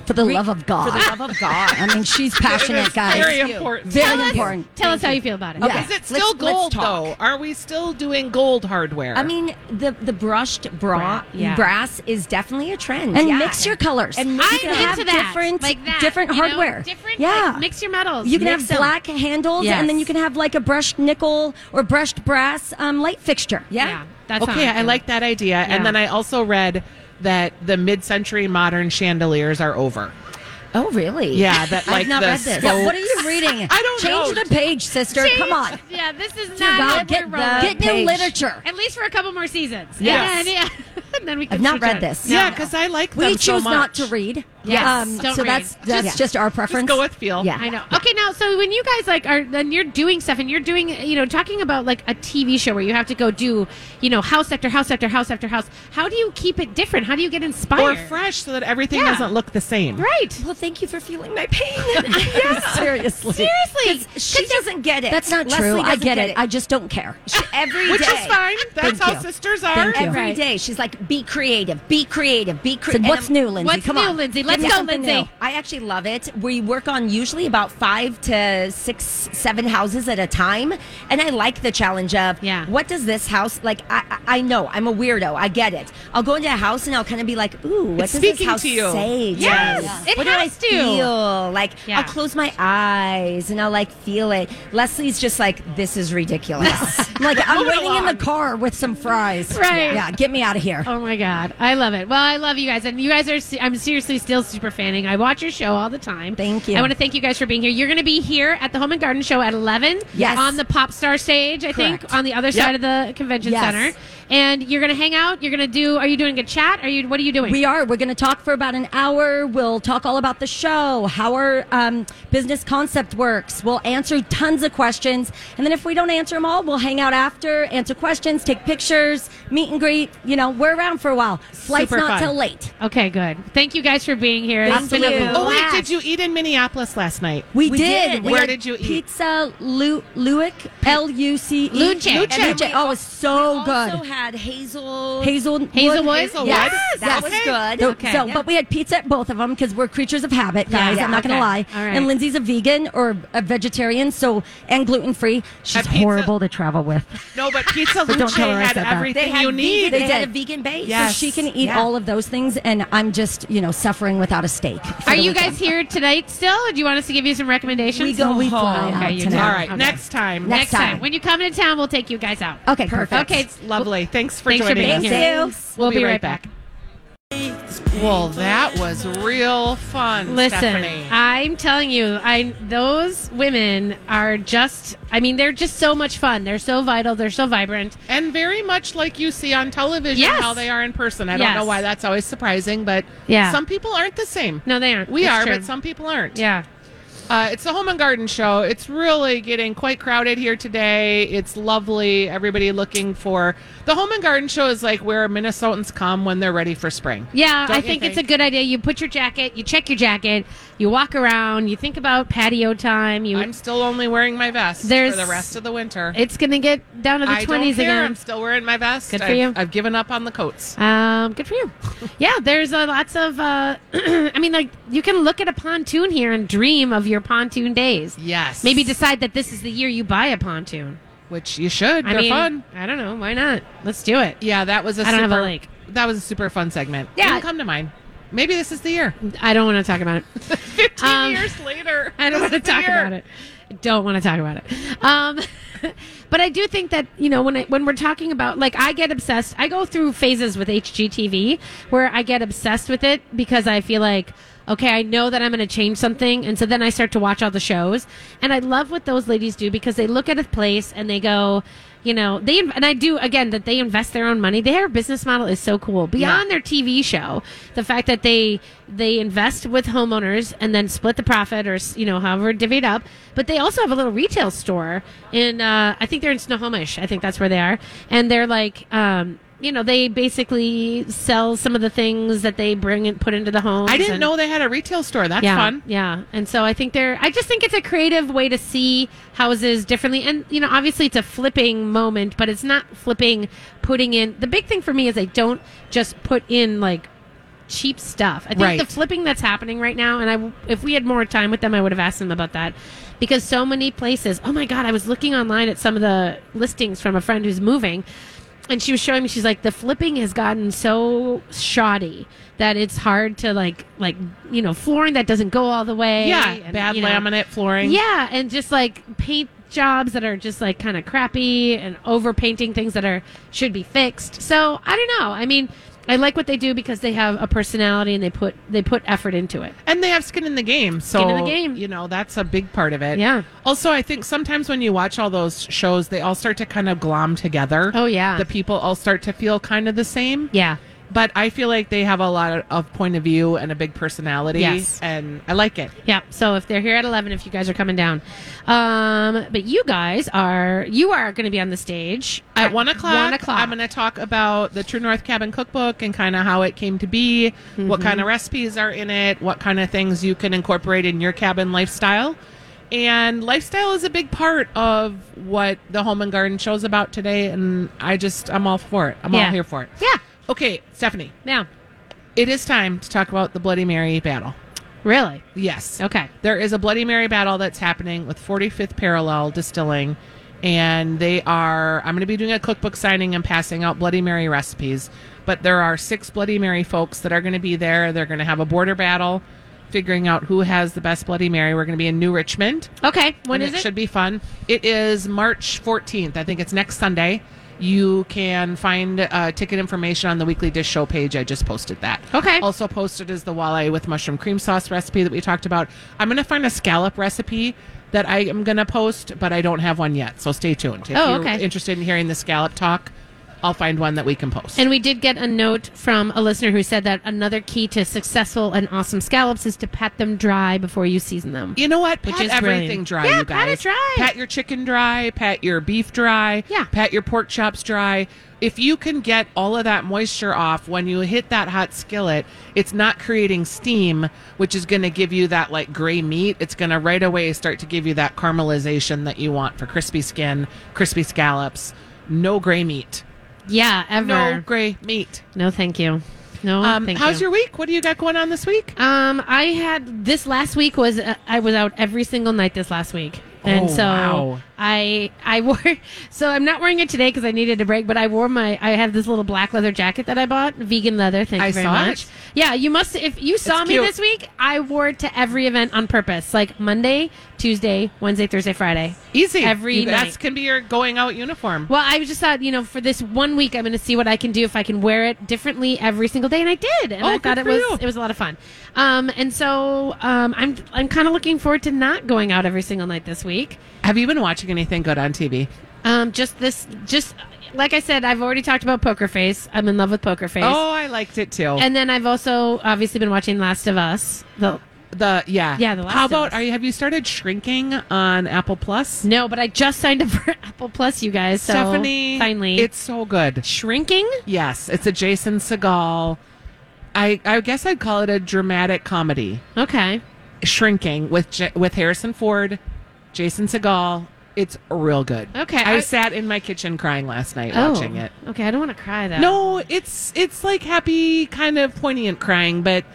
Speaker 8: For the love of God.
Speaker 9: For the love of God.
Speaker 8: I mean, she's passionate, guys.
Speaker 3: very important.
Speaker 8: Very
Speaker 3: Tell us-
Speaker 8: important.
Speaker 2: Tell us how you feel about it.
Speaker 8: Okay.
Speaker 3: Is it
Speaker 8: Let's-
Speaker 3: still
Speaker 8: let's
Speaker 3: gold
Speaker 8: talk.
Speaker 3: though? Are we still doing gold hardware?
Speaker 9: I mean, the the brushed bra,
Speaker 2: yeah.
Speaker 9: brass is definitely a trend.
Speaker 8: And
Speaker 9: yeah.
Speaker 8: mix your colors.
Speaker 9: And
Speaker 8: you
Speaker 9: mix
Speaker 2: I'm
Speaker 9: it
Speaker 8: can
Speaker 9: up.
Speaker 2: into
Speaker 8: have
Speaker 2: that.
Speaker 8: different,
Speaker 2: like that,
Speaker 8: different
Speaker 2: you know?
Speaker 8: hardware.
Speaker 2: Different,
Speaker 8: yeah.
Speaker 2: like, mix your metals.
Speaker 8: You can have
Speaker 9: them.
Speaker 8: black handles,
Speaker 9: Yes.
Speaker 8: and then you can have like a brushed nickel or brushed brass um, light fixture.
Speaker 9: Yeah.
Speaker 2: Yeah, that's how
Speaker 3: okay, I
Speaker 2: feel.
Speaker 3: like that idea.
Speaker 2: Yeah.
Speaker 3: And then I also read that the mid-century modern chandeliers are over.
Speaker 9: Oh, really?
Speaker 3: Yeah, that like
Speaker 9: I've not
Speaker 3: the
Speaker 9: read this.
Speaker 3: spoke-
Speaker 8: Yeah, what are you reading?
Speaker 3: I don't
Speaker 8: Change
Speaker 3: know.
Speaker 8: the page, sister. Come on.
Speaker 2: Yeah, this is not
Speaker 8: God,
Speaker 2: what
Speaker 8: get
Speaker 2: we're rolling.
Speaker 8: the Get new page. literature.
Speaker 2: At least for a couple more seasons. And
Speaker 3: Yes.
Speaker 2: then, and then we can
Speaker 8: I've not
Speaker 2: switch
Speaker 8: read
Speaker 2: up.
Speaker 8: this.
Speaker 3: yeah, because I like
Speaker 8: We
Speaker 3: them
Speaker 8: choose
Speaker 3: so much.
Speaker 8: not to read. Um,
Speaker 2: Yes, don't
Speaker 8: so
Speaker 2: read.
Speaker 8: that's
Speaker 2: Just-
Speaker 8: that's
Speaker 2: yeah.
Speaker 8: just our preference.
Speaker 3: go with feel.
Speaker 8: Yeah.
Speaker 2: I know. Okay, now so when you guys like are then you're doing stuff and you're doing you know talking about like a TV show where you have to go do you know house after house after house after house. How do you keep it different? How do you get
Speaker 3: Or
Speaker 2: inspired?
Speaker 3: fresh so that everything
Speaker 2: Yeah.
Speaker 3: doesn't look the same.
Speaker 2: Right.
Speaker 8: Well, thank you for feeling
Speaker 9: My pain.
Speaker 8: seriously.
Speaker 2: Seriously.
Speaker 9: she doesn't get it.
Speaker 8: That's not
Speaker 9: Leslie
Speaker 8: true. I
Speaker 9: doesn't
Speaker 8: get, it. I just don't care.
Speaker 9: She- every
Speaker 3: Which
Speaker 9: day.
Speaker 3: is fine. That's
Speaker 8: Thank
Speaker 3: how
Speaker 8: you.
Speaker 3: sisters are.
Speaker 8: Thank you.
Speaker 9: Every day,
Speaker 2: Right.
Speaker 9: she's like, be creative, be creative, be
Speaker 8: So
Speaker 9: creative.
Speaker 8: what's new, Lindsay?
Speaker 2: What's
Speaker 8: Come
Speaker 2: new,
Speaker 8: on.
Speaker 2: Lindsay?
Speaker 8: Give
Speaker 2: Let's
Speaker 8: me
Speaker 2: go,
Speaker 8: something
Speaker 2: Lindsay.
Speaker 8: new.
Speaker 9: I actually love it. We work on usually about five to six, seven houses at a time, and I like the challenge of
Speaker 2: Yeah.
Speaker 9: What does this house like? I I I know I'm a weirdo. I get it. I'll go into a house and I'll kind of be like, ooh, what
Speaker 3: It's
Speaker 9: does this
Speaker 3: speaking
Speaker 9: house
Speaker 3: to you.
Speaker 9: say? to
Speaker 2: Yes,
Speaker 9: me?
Speaker 2: it
Speaker 9: what
Speaker 2: has to.
Speaker 9: do I feel? Like
Speaker 2: Yeah.
Speaker 9: I'll close my eyes and I'll like feel it. Leslie's just like, this is ridiculous.
Speaker 8: Like I'm
Speaker 3: Moving
Speaker 8: waiting in the car with some fries.
Speaker 2: Right.
Speaker 8: Yeah, get me out of here.
Speaker 2: Oh my god, I love it. Well, I love you guys, and you guys are. se- I'm seriously still super fanning. I watch your show all the time.
Speaker 8: Thank you.
Speaker 2: I want to thank you guys for being here. You're going to be here at the Home and Garden Show at 11.
Speaker 8: Yes.
Speaker 2: On the pop star stage, I think,
Speaker 8: Correct.
Speaker 2: on the other side of the convention
Speaker 8: Yes.
Speaker 2: center, and you're going to hang out. You're going to do. Are you doing a chat? Are you? What are you doing?
Speaker 8: We are. We're going to talk for about an hour. We'll talk all about the show, how our um, business concept works. We'll answer tons of questions. And then if we don't answer them all, we'll hang out after, answer questions, take pictures, meet and greet. You know, we're around for a while. Flight's
Speaker 3: Super
Speaker 8: not
Speaker 3: fun.
Speaker 8: till late.
Speaker 2: okay, good. Thank you guys for being here. it's been
Speaker 8: you.
Speaker 2: a
Speaker 3: Oh wait,
Speaker 2: blast.
Speaker 3: did you eat in Minneapolis last night?
Speaker 8: We,
Speaker 9: We
Speaker 8: did.
Speaker 9: did.
Speaker 8: We
Speaker 3: Where
Speaker 8: had
Speaker 3: did you eat?
Speaker 8: Pizza Lu- Luick, L U C E.
Speaker 2: Luce. Luce.
Speaker 8: Oh, it was so
Speaker 9: also
Speaker 8: good.
Speaker 9: had Hazel.
Speaker 8: Hazelwood.
Speaker 2: Hazelwood?
Speaker 8: Yes,
Speaker 3: Hazelwood?
Speaker 9: That was
Speaker 3: Okay.
Speaker 9: good.
Speaker 8: So,
Speaker 9: okay.
Speaker 8: so-
Speaker 9: Yeah.
Speaker 8: but we had pizza at both of them because we're creatures of habit, guys.
Speaker 2: Yeah.
Speaker 8: I'm not
Speaker 2: Okay.
Speaker 8: gonna lie.
Speaker 2: All right.
Speaker 8: And Lindsay's a vegan or a vegetarian, so and gluten free. She's
Speaker 3: pizza-
Speaker 8: horrible to travel with.
Speaker 3: No, but Pizza
Speaker 8: But don't
Speaker 3: Luce
Speaker 8: tell her I
Speaker 3: had
Speaker 8: said that.
Speaker 3: everything
Speaker 9: they had
Speaker 3: you
Speaker 9: vegan,
Speaker 3: need.
Speaker 9: They,
Speaker 8: They
Speaker 9: had a
Speaker 8: did.
Speaker 9: vegan base.
Speaker 3: Yes.
Speaker 8: So she can eat
Speaker 9: Yeah.
Speaker 8: all of those things, and I'm just you know suffering without a steak. for
Speaker 2: Are
Speaker 8: the
Speaker 2: you
Speaker 8: weekend.
Speaker 2: guys here tonight still? Or do you want us to give you some recommendations? Oh,
Speaker 8: We go
Speaker 2: Okay,
Speaker 8: home
Speaker 2: you
Speaker 8: tonight.
Speaker 2: do.
Speaker 3: All right,
Speaker 2: Okay.
Speaker 3: next time.
Speaker 2: Next
Speaker 8: Next
Speaker 2: time.
Speaker 8: time.
Speaker 2: When you come into town, we'll take you guys out.
Speaker 8: Okay, perfect.
Speaker 2: Okay, it's
Speaker 3: Lovely. Thanks for
Speaker 2: Thanks for
Speaker 3: joining
Speaker 2: being
Speaker 3: us.
Speaker 2: here. We'll, be, right back.
Speaker 3: Well, that was real fun.
Speaker 2: Listen,
Speaker 3: Stephanie.
Speaker 2: I'm telling you, I those women are just I mean, they're just so much fun. They're so vital, they're so vibrant.
Speaker 3: and very much like you see on television
Speaker 2: Yes.
Speaker 3: how they are in person. I
Speaker 2: Yes.
Speaker 3: don't know why that's always surprising, but
Speaker 2: Yeah.
Speaker 3: some people aren't the same.
Speaker 2: No, they aren't.
Speaker 3: We
Speaker 2: It's
Speaker 3: are,
Speaker 2: true.
Speaker 3: but some people aren't.
Speaker 2: Yeah.
Speaker 3: Uh, it's the Home and Garden Show. It's really getting quite crowded here today. It's lovely. Everybody looking for the Home and Garden Show is like where Minnesotans come when they're ready for spring.
Speaker 2: Yeah, I
Speaker 3: Don't you
Speaker 2: think, it's a
Speaker 3: think?
Speaker 2: good idea. You put your jacket, you check your jacket, you walk around, you think about patio time, you
Speaker 3: I'm still only wearing my vest
Speaker 2: There's-
Speaker 3: for the rest of the winter.
Speaker 2: it's going to get down to the
Speaker 3: I
Speaker 2: 20s
Speaker 3: don't care.
Speaker 2: again.
Speaker 3: I'm still wearing my vest.
Speaker 2: Good for
Speaker 3: I've,
Speaker 2: you.
Speaker 3: I've given up on the coats.
Speaker 2: Um, good for you. Yeah, there's uh, lots of. Uh, I mean, like you can look at a pontoon here and dream of your pontoon days.
Speaker 3: Yes.
Speaker 2: Maybe decide that this is the year you buy a pontoon.
Speaker 3: which you should.
Speaker 2: I
Speaker 3: They're
Speaker 2: mean,
Speaker 3: fun.
Speaker 2: I don't know. Why not? Let's do it.
Speaker 3: Yeah, that was a
Speaker 2: I don't
Speaker 3: super,
Speaker 2: have a lake.
Speaker 3: That was a super fun segment.
Speaker 2: Yeah.
Speaker 3: Didn't come to mind. Maybe this is the year.
Speaker 2: I don't want to talk about it.
Speaker 3: 15
Speaker 2: Um,
Speaker 3: years later.
Speaker 2: I don't want
Speaker 3: this
Speaker 2: to
Speaker 3: is the
Speaker 2: talk
Speaker 3: year.
Speaker 2: about it. Don't want to talk about it. Um, but I do think that you know when I, when we're talking about like I get obsessed. I go through phases with HGTV where I get obsessed with it because I feel like okay, I know that I'm going to change something, and so then I start to watch all the shows, and I love what those ladies do because they look at a place and they go. You know, they and I do again that they invest their own money. Their business model is so cool. Beyond their TV show, the fact that they they invest with homeowners and then split the profit or you know however divvy it up. But they also have a little retail store in uh, I think they're in Snohomish. I think that's where they are, and they're like. Um, you know, they basically sell some of the things that they bring and put into the home.
Speaker 3: I didn't know they had a retail store. That's
Speaker 2: yeah,
Speaker 3: fun.
Speaker 2: Yeah. And so I think they're, I just think it's a creative way to see houses differently. And, you know, obviously it's a flipping moment, but it's not flipping, putting in. The big thing for me is I don't just put in like cheap stuff. I think
Speaker 3: Right.
Speaker 2: the flipping that's happening right now, and I, w- if we had more time with them, I would have asked them about that because so many places. Oh my god, I was looking online at some of the listings from a friend who's moving, and she was showing me. She's like, the flipping has gotten so shoddy that it's hard to like, like you know, flooring that doesn't go all the way.
Speaker 3: Yeah,
Speaker 2: and,
Speaker 3: bad
Speaker 2: you know.
Speaker 3: laminate flooring.
Speaker 2: Yeah, and just like paint jobs that are just like kind of crappy and over painting things that are should be fixed. So I don't know. I mean, I like what they do because they have a personality and they put they put effort into it.
Speaker 3: and they have skin in the game. So
Speaker 2: Skin in the game.
Speaker 3: you know that's a big part of it.
Speaker 2: Yeah.
Speaker 3: Also, I think sometimes when you watch all those shows, they all start to kind of glom together.
Speaker 2: Oh, yeah.
Speaker 3: the people all start to feel kind of the same.
Speaker 2: Yeah.
Speaker 3: But I feel like they have a lot of, of point of view and a big personality.
Speaker 2: Yes.
Speaker 3: And I like it.
Speaker 2: Yeah. So if they're here at eleven, if you guys are coming down, um, but you guys are you are going to be on the stage
Speaker 3: At one o'clock,
Speaker 2: One o'clock.
Speaker 3: I'm going to talk about the True North Cabin Cookbook and kind of how it came to be, what
Speaker 2: Mm-hmm.
Speaker 3: kind of recipes are in it, what kind of things you can incorporate in your cabin lifestyle. And lifestyle is a big part of what the Home and Garden show's about today. And I just, I'm all for it. I'm
Speaker 2: Yeah.
Speaker 3: all here for it.
Speaker 2: Yeah.
Speaker 3: Okay, Stephanie,
Speaker 2: Now,
Speaker 3: it is time to talk about the Bloody Mary battle.
Speaker 2: really?
Speaker 3: Yes.
Speaker 2: Okay.
Speaker 3: There is a Bloody Mary battle that's happening with 45th Parallel Distilling, and they are. I'm going to be doing a cookbook signing and passing out Bloody Mary recipes, but there are six Bloody Mary folks that are going to be there. They're going to have a border battle, figuring out who has the best Bloody Mary. We're going to be in New Richmond.
Speaker 2: Okay. When
Speaker 3: and
Speaker 2: is it?
Speaker 3: Should be fun. It is March 14th. I think it's next Sunday. You can find uh, ticket information on the Weekly Dish Show page. I just posted that.
Speaker 2: Okay.
Speaker 3: Also posted is the walleye with mushroom cream sauce recipe that we talked about. I'm going to find a scallop recipe that I am going to post, but I don't have one yet. So stay tuned. If
Speaker 2: Oh,
Speaker 3: you're
Speaker 2: okay.
Speaker 3: interested in hearing the scallop talk, I'll find one that we can post.
Speaker 2: And we did get a note from a listener who said that another key to successful and awesome scallops is to pat them dry before you season them.
Speaker 3: You know what? Pat
Speaker 2: is
Speaker 3: everything
Speaker 2: brilliant.
Speaker 3: dry,
Speaker 2: Yeah,
Speaker 3: you guys.
Speaker 2: pat it dry.
Speaker 3: Pat your chicken dry. Pat your beef dry.
Speaker 2: Yeah.
Speaker 3: Pat your pork chops dry. If you can get all of that moisture off when you hit that hot skillet, it's not creating steam, which is going to give you that like gray meat. It's going to right away start to give you that caramelization that you want for crispy skin, crispy scallops. No gray meat.
Speaker 2: Yeah, ever.
Speaker 3: No
Speaker 2: No,
Speaker 3: gray meat.
Speaker 2: thank you. No,
Speaker 3: Um,
Speaker 2: Oh, thank
Speaker 3: how's
Speaker 2: you.
Speaker 3: your week? What do you got going on this week?
Speaker 2: Um, I had this last week was uh, I was out every single night this last week, and
Speaker 3: Oh,
Speaker 2: so
Speaker 3: wow.
Speaker 2: I I wore so I'm not wearing it today because I needed a break, but I wore my I have this little black leather jacket that I bought, vegan leather. Thank
Speaker 3: I
Speaker 2: you very
Speaker 3: saw
Speaker 2: much.
Speaker 3: it.
Speaker 2: Yeah, you must if you saw
Speaker 3: It's
Speaker 2: me
Speaker 3: cute.
Speaker 2: this week, I wore it to every event on purpose, like Monday, Tuesday, Wednesday, Thursday, Friday.
Speaker 3: Easy.
Speaker 2: Every
Speaker 3: You- That's
Speaker 2: night.
Speaker 3: can be your going out uniform.
Speaker 2: Well, I just thought, you know, for this one week, I'm going to see what I can do if I can wear it differently every single day, and I did, and
Speaker 3: Oh,
Speaker 2: I
Speaker 3: good
Speaker 2: thought it
Speaker 3: for
Speaker 2: was
Speaker 3: you.
Speaker 2: it was a lot of fun. Um, and so um, I'm I'm kind of looking forward to not going out every single night this week.
Speaker 3: Have you been watching anything good on TV?
Speaker 2: Um, just this, just like I said, I've already talked about Poker Face. I'm in love with Poker Face.
Speaker 3: Oh, I liked it too.
Speaker 2: And then I've also obviously been watching Last of Us. The,
Speaker 3: the yeah,
Speaker 2: Yeah, The Last
Speaker 3: How
Speaker 2: of
Speaker 3: about
Speaker 2: Us.
Speaker 3: are you? Have you started shrinking on Apple Plus?
Speaker 2: no, but I just signed up for Apple Plus, you guys. So
Speaker 3: Stephanie,
Speaker 2: finally,
Speaker 3: it's so good.
Speaker 2: shrinking.
Speaker 3: Yes, it's a Jason Segal. I I guess I'd call it a dramatic comedy.
Speaker 2: Okay.
Speaker 3: Shrinking with J- with Harrison Ford, Jason Segal. It's real good.
Speaker 2: Okay,
Speaker 3: I,
Speaker 2: I-
Speaker 3: sat in my kitchen crying last night watching
Speaker 2: oh,
Speaker 3: it.
Speaker 2: okay. I don't want to cry though.
Speaker 3: No, it's it's like happy, kind of poignant crying, but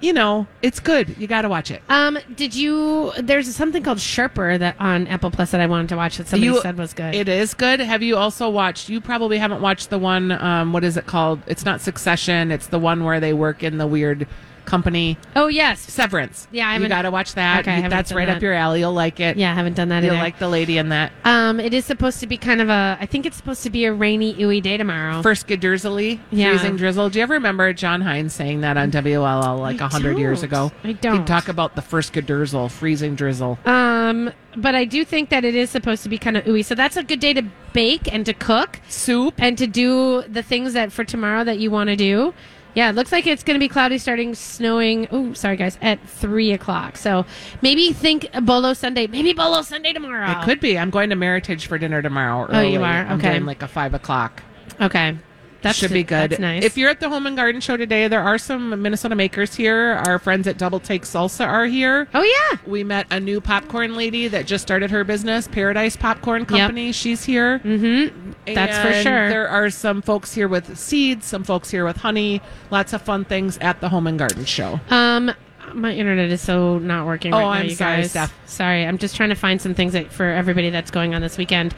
Speaker 3: you know, it's good. You got to watch it.
Speaker 2: Um, did you? There's something called Sharper that on Apple Plus that I wanted to watch that somebody
Speaker 3: You-
Speaker 2: said was good.
Speaker 3: It is good. Have you also watched? You probably haven't watched the one. Um, what is it called? It's not Succession. It's the one where they work in the weird company.
Speaker 2: oh yes,
Speaker 3: Severance.
Speaker 2: Yeah, I
Speaker 3: you
Speaker 2: haven't-
Speaker 3: got to watch that.
Speaker 2: Okay, I
Speaker 3: You-
Speaker 2: haven't
Speaker 3: that's
Speaker 2: done
Speaker 3: right
Speaker 2: that.
Speaker 3: up your alley. You'll like it.
Speaker 2: yeah. I haven't done that
Speaker 3: you'll
Speaker 2: either.
Speaker 3: like the lady in that.
Speaker 2: um, it is supposed to be kind of a. I think it's supposed to be a rainy, ooey day tomorrow.
Speaker 3: First Gadursley,
Speaker 2: Yeah.
Speaker 3: freezing drizzle. Do you ever remember John Hines saying that on WLL like
Speaker 2: I
Speaker 3: a hundred years
Speaker 2: don't.
Speaker 3: ago?
Speaker 2: I don't.
Speaker 3: He'd talk about the first Gadurzel, freezing drizzle.
Speaker 2: um, but I do think that it is supposed to be kind of ooey. So that's a good day to bake and to cook
Speaker 3: Soup.
Speaker 2: and to do the things that for tomorrow that you want to do. Yeah, it looks like it's going to be cloudy, starting snowing. Oh, sorry guys, at three o'clock. So maybe think Bolo Sunday. Maybe Bolo Sunday tomorrow.
Speaker 3: It could be. I'm going to Meritage for dinner tomorrow.
Speaker 2: Oh, you
Speaker 3: early.
Speaker 2: are?
Speaker 3: I'm
Speaker 2: Okay.
Speaker 3: doing like a five o'clock.
Speaker 2: Okay. That's
Speaker 3: should be good.
Speaker 2: That's nice.
Speaker 3: If you're at the Home and Garden Show today, there are some Minnesota makers here. Our friends at Double Take Salsa are here.
Speaker 2: oh yeah,
Speaker 3: We met a new popcorn lady that just started her business, Paradise Popcorn Company. She's here.
Speaker 2: mm-hmm. That's for
Speaker 3: And
Speaker 2: sure.
Speaker 3: There are some folks here with seeds, some folks here with honey. Lots of fun things at the Home and Garden Show.
Speaker 2: Um, my internet is so not working
Speaker 3: Oh,
Speaker 2: right now,
Speaker 3: I'm
Speaker 2: you
Speaker 3: sorry,
Speaker 2: guys.
Speaker 3: Steph.
Speaker 2: Sorry, I'm just trying to find some things that, for everybody that's going on this weekend.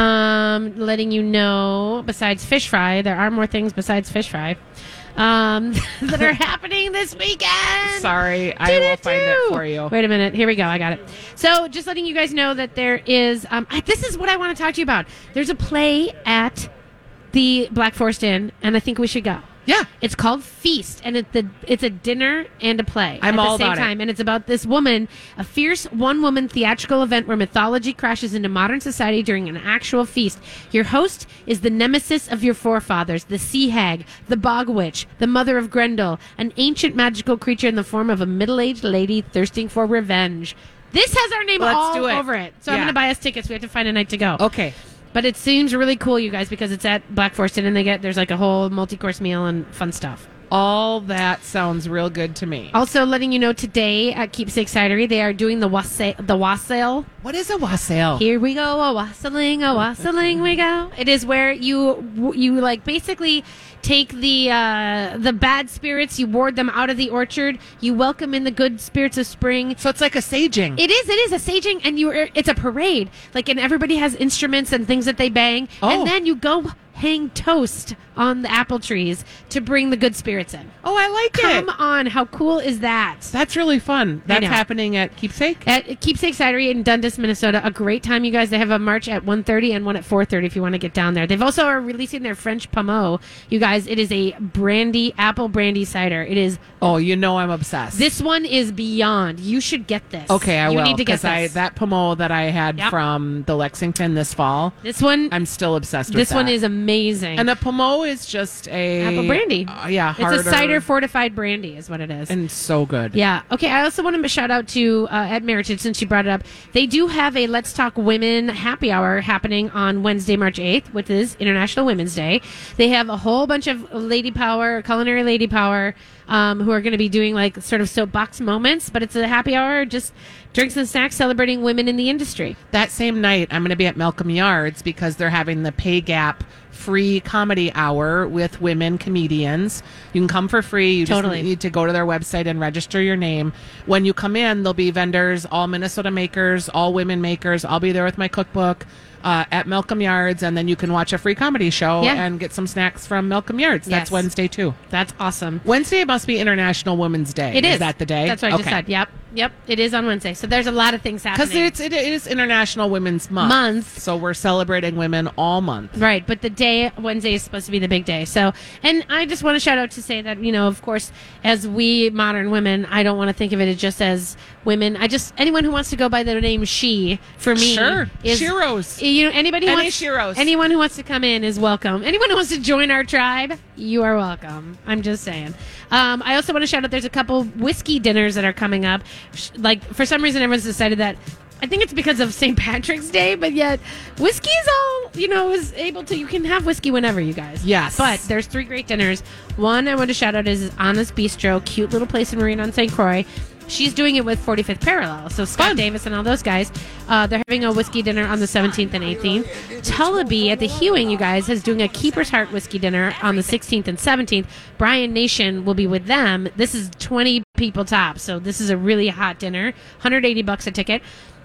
Speaker 2: Um, letting you know, besides fish fry, there are more things besides fish fry um, that are happening this weekend.
Speaker 3: Sorry, I will find it for you.
Speaker 2: Wait a minute. Here we go. I got it. So, just letting you guys know that there is. Um, I, this is what I want to talk to you about. There's a play at the Black Forest Inn, and I think we should go.
Speaker 3: Yeah.
Speaker 2: It's called Feast, and it's the it's a dinner and a play
Speaker 3: I'm
Speaker 2: at
Speaker 3: all
Speaker 2: the same
Speaker 3: about it.
Speaker 2: time, and it's about this woman, a fierce one woman theatrical event where mythology crashes into modern society during an actual feast. Your host is the nemesis of your forefathers, the sea hag, the bog witch, the mother of Grendel, an ancient magical creature in the form of a middle aged lady thirsting for revenge. This has our name
Speaker 3: Let's
Speaker 2: all
Speaker 3: do it.
Speaker 2: over it, so I'm
Speaker 3: Yeah.
Speaker 2: going to buy us tickets. We have to find a night to go.
Speaker 3: Okay.
Speaker 2: But it seems really cool, you guys, because it's at Black Forest Inn, and they get there's like a whole multi-course meal and fun stuff.
Speaker 3: All that sounds real good to me.
Speaker 2: Also, letting you know today at Keepsake Cidery, they are doing the wassail. The wassail.
Speaker 3: What is a wassail?
Speaker 2: Here we go, a wassailing, a wassailing we go. It is where you you like basically take the uh, the bad spirits, you ward them out of the orchard, you welcome in the good spirits of spring,
Speaker 3: So it's like a saging.
Speaker 2: It is. It is a staging, and you. are It's a parade. Like, and everybody has instruments and things that they bang,
Speaker 3: Oh.
Speaker 2: and then you go hang toast on the apple trees to bring the good spirits in.
Speaker 3: oh, I like
Speaker 2: Come
Speaker 3: it.
Speaker 2: on, how cool is that?
Speaker 3: That's really fun. That's
Speaker 2: know.
Speaker 3: happening at Keepsake.
Speaker 2: At Keepsake Cidery in Dundas, Minnesota, a great time, you guys. They have a march at 1.30 and one at 4.30 if you want to get down there. They've also are releasing their French Pommeau. You guys, it is a brandy, apple brandy cider. It is,
Speaker 3: oh, you know I'm obsessed.
Speaker 2: this one is beyond. You should get this.
Speaker 3: Okay, I
Speaker 2: you
Speaker 3: will.
Speaker 2: need to get
Speaker 3: 'cause I,
Speaker 2: this.
Speaker 3: that pomo that I had
Speaker 2: Yep.
Speaker 3: from the Lexington this fall,
Speaker 2: this one,
Speaker 3: I'm still obsessed with.
Speaker 2: this one
Speaker 3: that.
Speaker 2: is amazing.
Speaker 3: and a pomo is just a
Speaker 2: apple brandy.
Speaker 3: Uh, yeah, harder,
Speaker 2: it's a cider fortified brandy, is what it is.
Speaker 3: and so good.
Speaker 2: yeah. Okay. I also want to shout out to uh, at Meritage since you brought it up. They do have a Let's Talk Women happy hour happening on Wednesday, March eighth, which is International Women's Day. They have a whole bunch of lady power, culinary lady power, um, who are going to be doing like sort of soapbox moments, but it's a happy hour, just drinks and snacks celebrating women in the industry.
Speaker 3: That same night, I'm going to be at Malcolm Yards because they're having the pay gap free comedy hour with women comedians. You can come for free. You
Speaker 2: Totally.
Speaker 3: just need to go to their website and register your name. When you come in, there'll be vendors, all Minnesota makers, all women makers. I'll be there with my cookbook uh, at Malcolm Yards, and then you can watch a free comedy show
Speaker 2: Yeah.
Speaker 3: and get some snacks from Malcolm Yards.
Speaker 2: Yes.
Speaker 3: That's Wednesday too.
Speaker 2: That's awesome.
Speaker 3: Wednesday must be International Women's Day.
Speaker 2: It is.
Speaker 3: that the day?
Speaker 2: That's what I just said. Yep. Yep. It is on Wednesday. So there's a lot of things happening.
Speaker 3: Because it's it is International Women's Month.
Speaker 2: Month.
Speaker 3: So we're celebrating women all month.
Speaker 2: Right, but the day Wednesday is supposed to be the big day. So, and I just want to shout out to say that you know, of course, as we modern women, I don't want to think of it as just as women. I just anyone who wants to go by the name she for me,
Speaker 3: Sure.
Speaker 2: is,
Speaker 3: Sheroes.
Speaker 2: You know, anybody who
Speaker 3: Any
Speaker 2: wants
Speaker 3: sheroes.
Speaker 2: anyone who wants to come in is welcome. Anyone who wants to join our tribe, you are welcome. I'm just saying. Um, I also want to shout out. There's a couple whiskey dinners that are coming up. Sh- Like for some reason, everyone's decided that. I think it's because of St. Patrick's Day, but yet whiskey is all you know is able to. You can have whiskey whenever, you guys.
Speaker 3: Yes.
Speaker 2: but there's three great dinners. One I want to shout out is Anna's Bistro, cute little place in Marine on St. Croix. She's doing it with 45th Parallel. So Scott Davis and all those guys, uh, they're having a whiskey dinner on the 17th and 18th. Tullabee at the Hewing, you guys, is doing a Keeper's Heart whiskey dinner on the 16th and 17th. Brian Nation will be with them. This is 20 people top. So this is a really hot dinner. 180 bucks a ticket.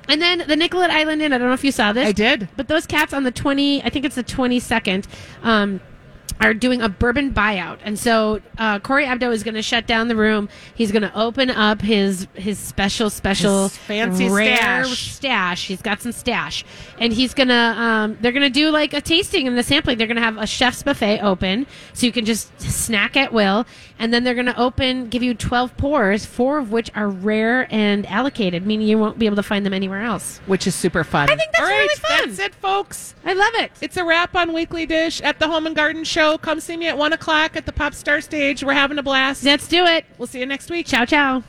Speaker 2: And then the Nicolet Island Inn, I don't know if you saw this.
Speaker 3: I did.
Speaker 2: But those cats on the 20, I think it's the 22nd, um, are doing a bourbon buyout. And so uh, Corey Abdo is going to shut down the room. He's going to open up his his special, special
Speaker 3: His fancy
Speaker 2: rare
Speaker 3: stash.
Speaker 2: stash. He's got some stash. And he's going to, um, they're going to do like a tasting and the sampling. They're going to have a chef's buffet open so you can just snack at will. And then they're going to open, give you 12 pours, four of which are rare and allocated, meaning you won't be able to find them anywhere else.
Speaker 3: which is super fun. I
Speaker 2: think that's really fun.
Speaker 3: That's it, folks.
Speaker 2: I love it.
Speaker 3: It's a wrap on Weekly Dish at the Home and Garden Show. Come see me at one o'clock at the Pop Star stage. We're having a blast.
Speaker 2: Let's do it.
Speaker 3: We'll see you next week.
Speaker 2: Ciao, ciao.